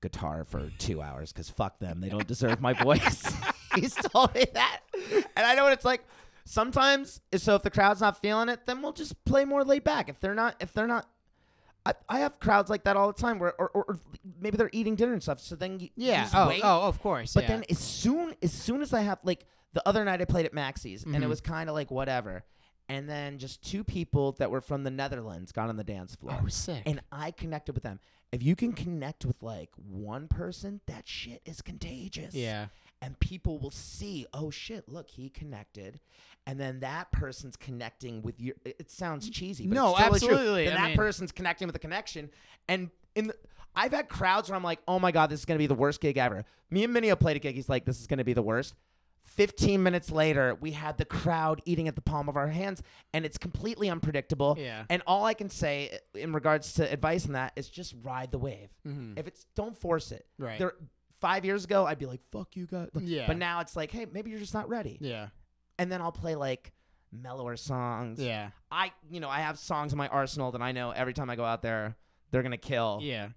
B: guitar for two hours because fuck them they don't deserve my voice he's told me that and i know what it's like sometimes so if the crowd's not feeling it then we'll just play more laid back if they're not if they're not I, I have crowds like that all the time where or, or, or maybe they're eating dinner and stuff so then you, you
A: Yeah.
B: just
A: Oh,
B: wait.
A: oh, of course.
B: But
A: yeah.
B: then as soon as soon as I have like the other night I played at Maxie's and
A: Mm-hmm.
B: it was kind of like whatever. And then just two people that were from the Netherlands got on the dance floor.
A: Oh, sick.
B: And I connected with them. If you can connect with like one person, that shit is contagious.
A: yeah.
B: And people will see, oh shit, look, he connected. And then that person's connecting with your it it sounds cheesy, but
A: No,
B: it's totally true.
A: absolutely.
B: Then
A: I
B: that
A: mean-
B: person's connecting with a connection. And in the I've had crowds where I'm like, oh my God, this is gonna be the worst gig ever. Me and Minio played a gig, he's like, this is gonna be the worst. 15 minutes later, we had the crowd eating at the palm of our hands, and it's completely unpredictable.
A: Yeah.
B: And all I can say in regards to advice on that is just ride the wave. If it's don't force it.
A: Mm-hmm. Right.
B: There, five years ago, I'd be like, "Fuck you guys,"
A: Yeah.
B: But now it's like, hey, maybe you're just not ready.
A: Yeah.
B: And then I'll play like mellower songs.
A: Yeah.
B: I, you know, I have songs in my arsenal that I know every time I go out there, they're gonna kill.
A: Yeah.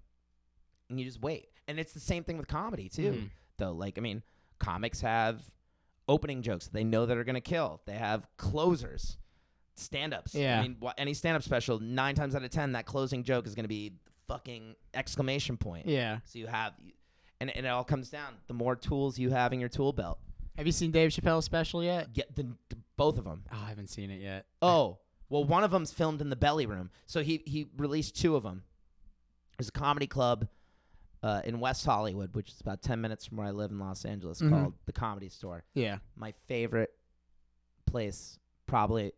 B: And you just wait. And it's the same thing with comedy too,
A: Mhm.
B: though. Like, I mean, comics have opening jokes they know that are gonna kill. They have closers, stand-ups.
A: Yeah.
B: I mean, wh- any stand-up special, nine times out of ten, that closing joke is gonna be fucking exclamation point.
A: Yeah.
B: So you have, and, and it all comes down. The more tools you have in your tool belt,
A: Have you seen Dave Chappelle's special yet?
B: get the, the both of them.
A: Oh, I haven't seen it yet.
B: Oh, well, one of them's filmed in the belly room. So he he released two of them. There's a comedy club uh, in West Hollywood, which is about ten minutes from where I live in Los Angeles,
A: Mhm.
B: called the Comedy Store.
A: Yeah.
B: My favorite place, probably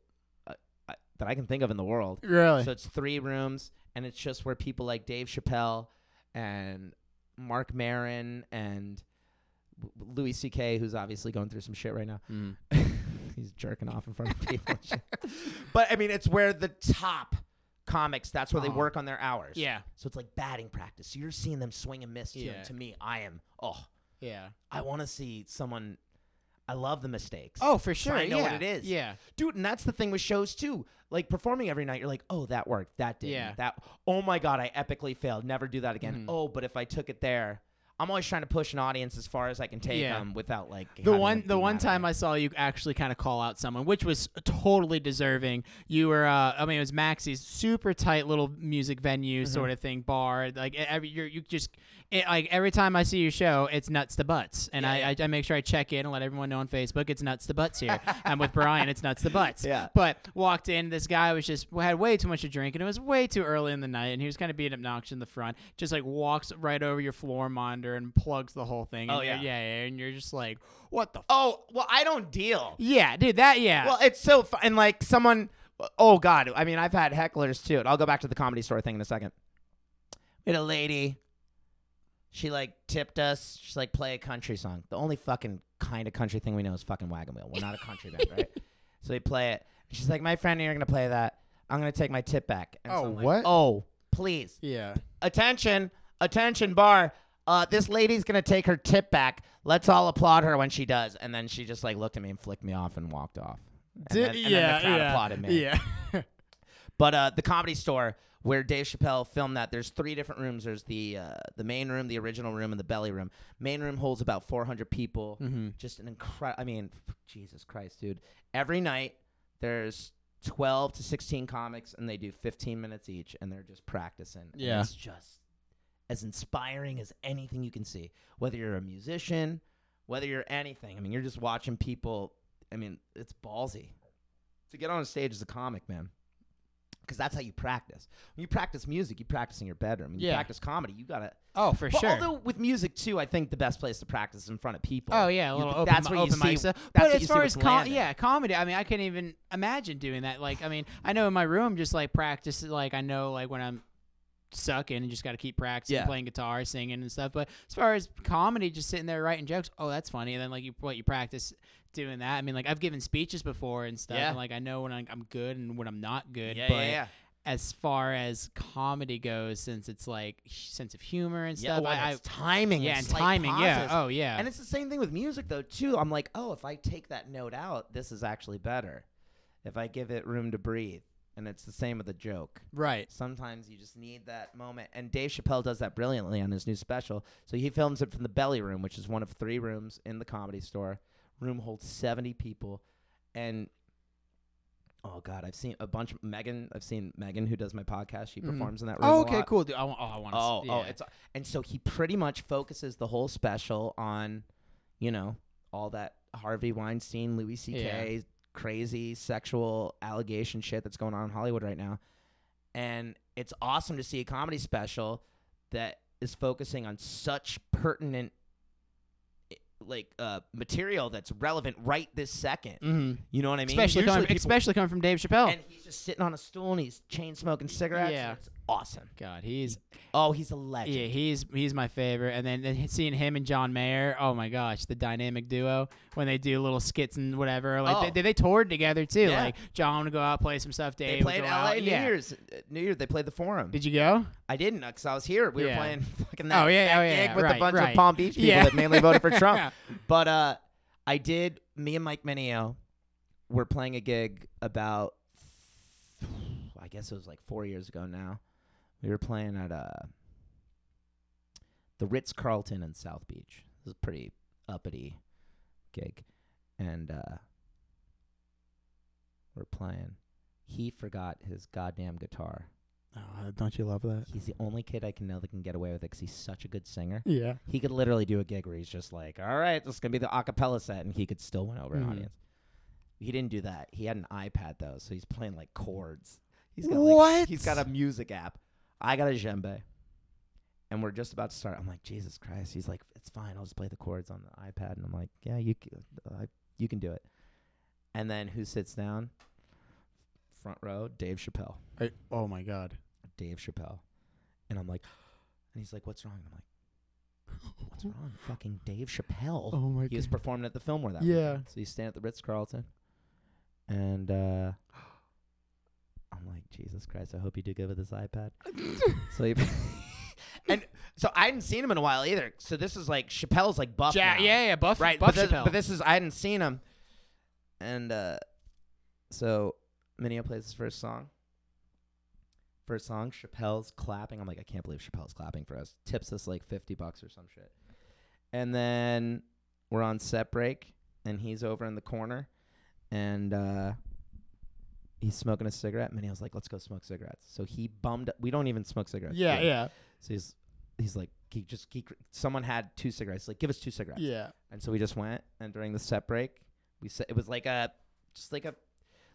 B: uh, I, that I can think of in the world.
A: Really?
B: So it's three rooms, and it's just where people like Dave Chappelle and Mark Maron and W- Louis C.K., who's obviously going through some shit right now.
A: Mm.
B: He's jerking off in front of people. and shit. But I mean, it's where the top comics. That's where they
A: Uh-huh.
B: work on their hours.
A: Yeah.
B: So it's like batting practice. So you're seeing them swing and miss too.
A: Yeah.
B: To me, I am. Oh,
A: Yeah.
B: I want to see someone. I love the mistakes.
A: Oh, for sure.
B: I know what
A: yeah.
B: it is.
A: Yeah.
B: dude and that's the thing with shows too like performing every night you're like oh that worked that didn't
A: Yeah. Mm-hmm.
B: that oh my god i epically failed never do that again oh but if i took it there i'm I'm always trying to push an audience as far as I can take
A: Yeah.
B: them without like
A: The one, the one time I saw you actually kind of call out someone, which was totally deserving. You were, uh, I mean, it was Maxie's super tight little music
B: Mm-hmm.
A: venue sort of thing, bar. Like e- every, you're, you just, it, like every time I see your show, it's nuts to butts, and I, I, I make sure I check in and let everyone know on Facebook it's nuts to butts here. I'm with Brian, it's nuts to butts.
B: Yeah.
A: But walked in, this guy was just had way too much to drink, and it was way too early in the night, and he was kind of being obnoxious in the front. Just like walks right over your floor monitor and plugs the whole thing.
B: Oh,
A: and uh,
B: yeah.
A: yeah, yeah, and you're just like, what the. F-?
B: Oh well, I don't deal.
A: Yeah, dude, that yeah.
B: Well, it's so fu- and like someone. Oh God, I mean, I've had hecklers too. And I'll go back to the comedy store thing in a second. We had a lady. She like tipped us. She's like, play a country song. The only fucking kind of country thing we know is fucking Wagon Wheel. We're not a country band, right? So we play it. She's like, my friend and you're gonna play that. I'm gonna take my tip back. And so
A: Oh,
B: I'm like,
A: what?
B: oh, please
A: yeah.
B: attention, attention bar. Uh, this lady's gonna take her tip back. Let's all applaud her when she does. And then she just like looked at me and flicked me off and walked off. And
A: Did-
B: then, and then
A: yeah,
B: the crowd
A: yeah,
B: applauded me.
A: Yeah.
B: But uh, the comedy store where Dave Chappelle filmed that, there's three different rooms. There's the uh, the main room, the original room, and the belly room. Main room holds about 400 people.
A: Mm-hmm.
B: Just an incredible. I mean, Jesus Christ, dude. Every night there's 12 to 16 comics, and they do 15 minutes each, and they're just practicing. And
A: Yeah.
B: it's just as inspiring as anything you can see. Whether you're a musician, whether you're anything. I mean, you're just watching people. I mean, it's ballsy to get on a stage as a comic, man. Because that's how you practice. When you practice music, you practice in your bedroom. When you
A: Yeah.
B: practice comedy, you gotta.
A: Oh, for
B: But
A: sure.
B: Although with music too, I think the best place to practice is in front of people.
A: Oh yeah, a
B: You-
A: little open,
B: that's where
A: open
B: you
A: mic
B: see.
A: stuff.
B: that's
A: But
B: what
A: as
B: you see
A: far
B: what's
A: as com-
B: landing.
A: yeah, comedy, I mean, I can't even imagine doing that. Like, I mean, I know in my room, just like practice. Like, I know like when I'm sucking and just got to keep practicing
B: Yeah.
A: playing guitar, singing and stuff. But as far as comedy, just sitting there writing jokes, oh, that's funny. And then like you what you practice doing that. I mean, like I've given speeches before and stuff.
B: Yeah.
A: And, like I know when I'm I'm good and when I'm not good.
B: Yeah,
A: but
B: yeah, yeah.
A: As far as comedy goes, since it's like h- sense of humor and
B: Yeah,
A: stuff,
B: well,
A: I,
B: it's timing.
A: I, yeah, and
B: slight
A: timing, yeah,
B: pauses.
A: oh yeah,
B: And it's the same thing with music though too. I'm like, oh, if I take that note out, this is actually better. If I give it room to breathe, and it's the same with a joke.
A: right.
B: Sometimes you just need that moment. And Dave Chappelle does that brilliantly on his new special. So he films it from the belly room, which is one of three rooms in the comedy store. Room holds 70 people. And oh, God, I've seen a bunch. Of Megan, I've seen Megan, who does my podcast. She
A: Mhm.
B: performs in that room.
A: Oh,
B: a
A: okay,
B: lot.
A: cool. Dude, I want, oh, I want to.
B: Oh,
A: yeah.
B: oh, it's and so he pretty much focuses the whole special on, you know, all that Harvey Weinstein, Louis C.K. crazy sexual allegation shit that's going on in Hollywood right now, and it's awesome to see a comedy special that is focusing on such pertinent, i- like, uh, material that's relevant right this second.
A: Mhm.
B: You know what I mean?
A: especially
B: Usually
A: coming,
B: people-
A: especially coming from Dave Chappelle.
B: and he's just sitting on a stool and he's chain smoking cigarettes.
A: Yeah.
B: Yeah, it's awesome.
A: God, he's
B: Oh, he's a legend.
A: yeah, he's he's my favorite. And then, then seeing him and John Mayer, oh my gosh, the dynamic duo when they do little skits and whatever. Like
B: Oh.
A: they, they toured together too.
B: Yeah.
A: Like John would go out play some stuff. Dave
B: They played
A: would go
B: LA
A: out.
B: New
A: yeah.
B: Year's. uh, New Year, they played the Forum.
A: Did you go?
B: I didn't because I was here. We
A: Yeah.
B: were playing fucking that,
A: Oh, yeah,
B: that
A: oh, yeah,
B: gig with
A: right,
B: a bunch
A: right.
B: of Palm Beach people
A: Yeah.
B: that mainly voted for Trump. But uh, I did. Me and Mike Minio were playing a gig about, I guess it was like four years ago now. We were playing at uh, the Ritz Carlton in South Beach. It was a pretty uppity gig, and uh, we're playing. He forgot his goddamn guitar.
A: Oh, don't you love that?
B: He's the only kid I can know that can get away with it 'cause he's such a good singer.
A: Yeah.
B: He could literally do a gig where he's just like, all right, this is going to be the acapella set, and he could still win over
A: Mhm.
B: an audience. He didn't do that. He had an iPad, though, so he's playing like chords. He's got like,
A: What?
B: He's got a music app. I got a djembe, and we're just about to start. I'm like, Jesus Christ. He's like, it's fine. I'll just play the chords on the iPad. And I'm like, yeah, you, c- uh, you can do it. And then who sits down? Front row, Dave Chappelle.
A: oh my god.
B: Dave Chappelle. And I'm like, and he's like, what's wrong? And I'm like, what's wrong? Fucking Dave Chappelle.
A: Oh my
B: he was performing at the Fillmore that
A: Yeah.
B: weekend. So he's staying at the Ritz Carlton. And uh, I'm like, Jesus Christ, I hope you do good with this iPad. so he. and so I hadn't seen him in a while either. So this is like, Chappelle's like buff.
A: yeah,
B: now
A: yeah, Buff,
B: right
A: Buff
B: but, this,
A: Chappelle.
B: but this is i hadn't seen him and uh so minio plays his first song first song chappelle's clapping i'm like i can't believe chappelle's clapping for us tips us like 50 bucks or some shit and then we're on set break, and he's over in the corner, and uh, he's smoking a cigarette. And was like, "Let's go smoke cigarettes." So he bummed. We don't even smoke cigarettes.
A: Yeah,
B: here.
A: yeah,
B: So he's he's like, he just he, cr- someone had two cigarettes. Like, give us two cigarettes.
A: yeah.
B: And so we just went, and during the set break, we said it was like a just like a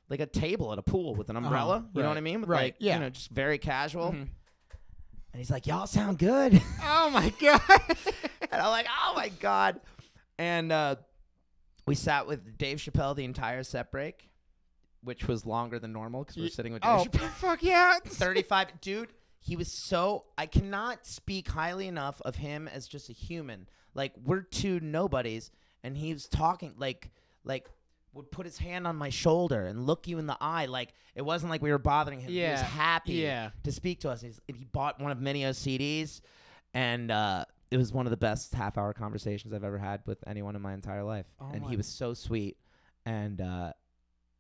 B: like a table at a pool with an umbrella. You know what I
A: Uh-huh. right,
B: mean? With
A: right,
B: like
A: yeah.
B: you know, just very casual.
A: Mhm.
B: And he's like, "Y'all sound good."
A: Oh my god.
B: and I'm like, oh my god. And uh, we sat with Dave Chappelle the entire set break, which was longer than normal because we were
A: Ye-
B: sitting with Dave
A: oh
B: Chappelle.
A: fuck yeah.
B: 35, dude. He was so I cannot speak highly enough of him as just a human. Like we're two nobodies, and he was talking like like would put his hand on my shoulder and look you in the eye. Like it wasn't like we were bothering him. He was
A: Yeah,
B: happy
A: yeah.
B: to speak to us. He's, and he bought one of Minio's CDs, and uh, it was one of the best half hour conversations I've ever had with anyone in my entire life.
A: Oh
B: and
A: my-
B: he was so sweet, and uh,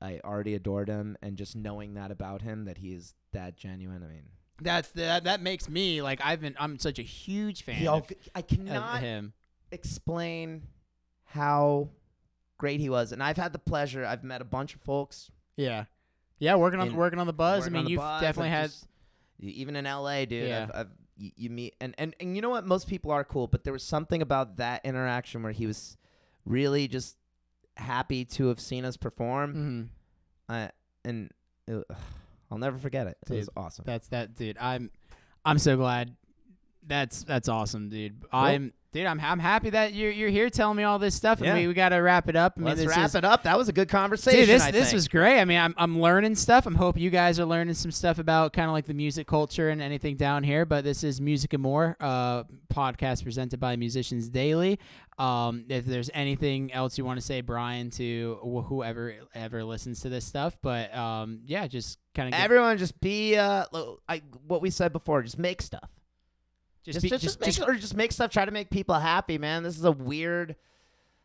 B: I already adored him. And just knowing that about him, that he is that genuine. I mean,
A: That's that. That makes me like I've been. I'm such a huge fan
B: Yo,
A: of,
B: I
A: of
B: cannot
A: him.
B: explain how great he was. And I've had the pleasure. I've met a bunch of folks.
A: Yeah, yeah. Working on
B: In-
A: working on the buzz. I
B: working on
A: mean,
B: the
A: you've
B: bus,
A: definitely
B: I've
A: had.
B: just- even in LA, dude.
A: Yeah.
B: I've, I've, you, you meet and, and and you know what? Most people are cool, but there was something about that interaction where he was really just happy to have seen us perform.
A: Mhm.
B: I- and it- I'll never forget it. it was
A: Dude,
B: awesome.
A: That's that, dude. I'm, I'm so glad. That's that's awesome, dude. I'm, dude. I'm I'm happy that you're you're here telling me all this stuff,
B: Yeah.
A: and we, we got to wrap it up. I mean,
B: Let's
A: this
B: wrap
A: is,
B: it up. That was a good conversation.
A: Dude, this
B: I
A: this
B: think.
A: was great. I mean, I'm I'm learning stuff. I'm hope you guys are learning some stuff about kind of like the music culture and anything down here. But this is Music and More, uh, podcast presented by Musicians Daily. Um, if there's anything else you want to say, Brian, to wh- whoever ever listens to this stuff, but um, yeah, just kind of
B: Everyone, just be uh, lo- I, what we said before. Just make stuff.
A: just
B: Just,
A: be-
B: just,
A: just-
B: just, make, or just make stuff. Try to make people happy, man. This is a weird,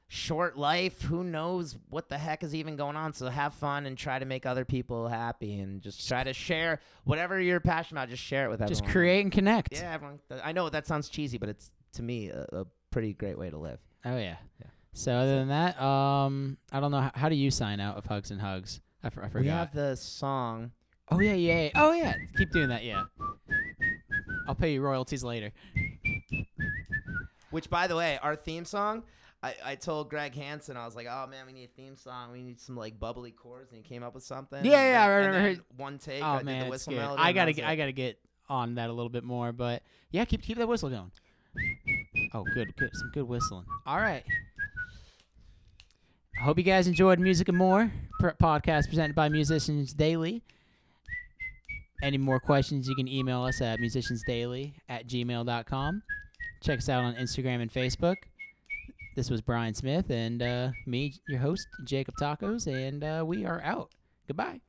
B: short life. Who knows what the heck is even going on? So have fun and try to make other people happy, and just try to share whatever you're passionate about. Just share it with everyone.
A: just create and connect.
B: Yeah, everyone. I know that sounds cheesy, but it's to me a, a pretty great way to live.
A: Oh yeah.
B: Yeah.
A: So other than that, um, I don't know how, how do you sign out of Hugs and Hugs? I for- I
B: We
A: forgot.
B: have the song.
A: oh yeah, yeah, yeah. Oh yeah. Keep doing that. Yeah. I'll pay you royalties later.
B: Which, by the way, our theme song, I, I told Greg Hansen, I was like, oh man, we need a theme song. We need some like bubbly chords. And he came up with something.
A: Yeah,
B: And
A: yeah, I
B: then- and
A: remember
B: then One take. I
A: oh
B: did
A: man,
B: the
A: it's
B: whistle
A: good.
B: melody.
A: I
B: and that
A: gotta
B: was
A: get,
B: it.
A: I gotta get on that a little bit more, but yeah, keep keep that whistle going. Oh, good, good, some good whistling. All right. I hope you guys enjoyed Music and More pr- podcast presented by Musicians Daily. Any more questions, you can email us at musiciansdaily at gmail.com. Check us out on Instagram and Facebook. This was Brian Smith and uh, me, your host, Jacob Tacos, and uh, we are out. Goodbye.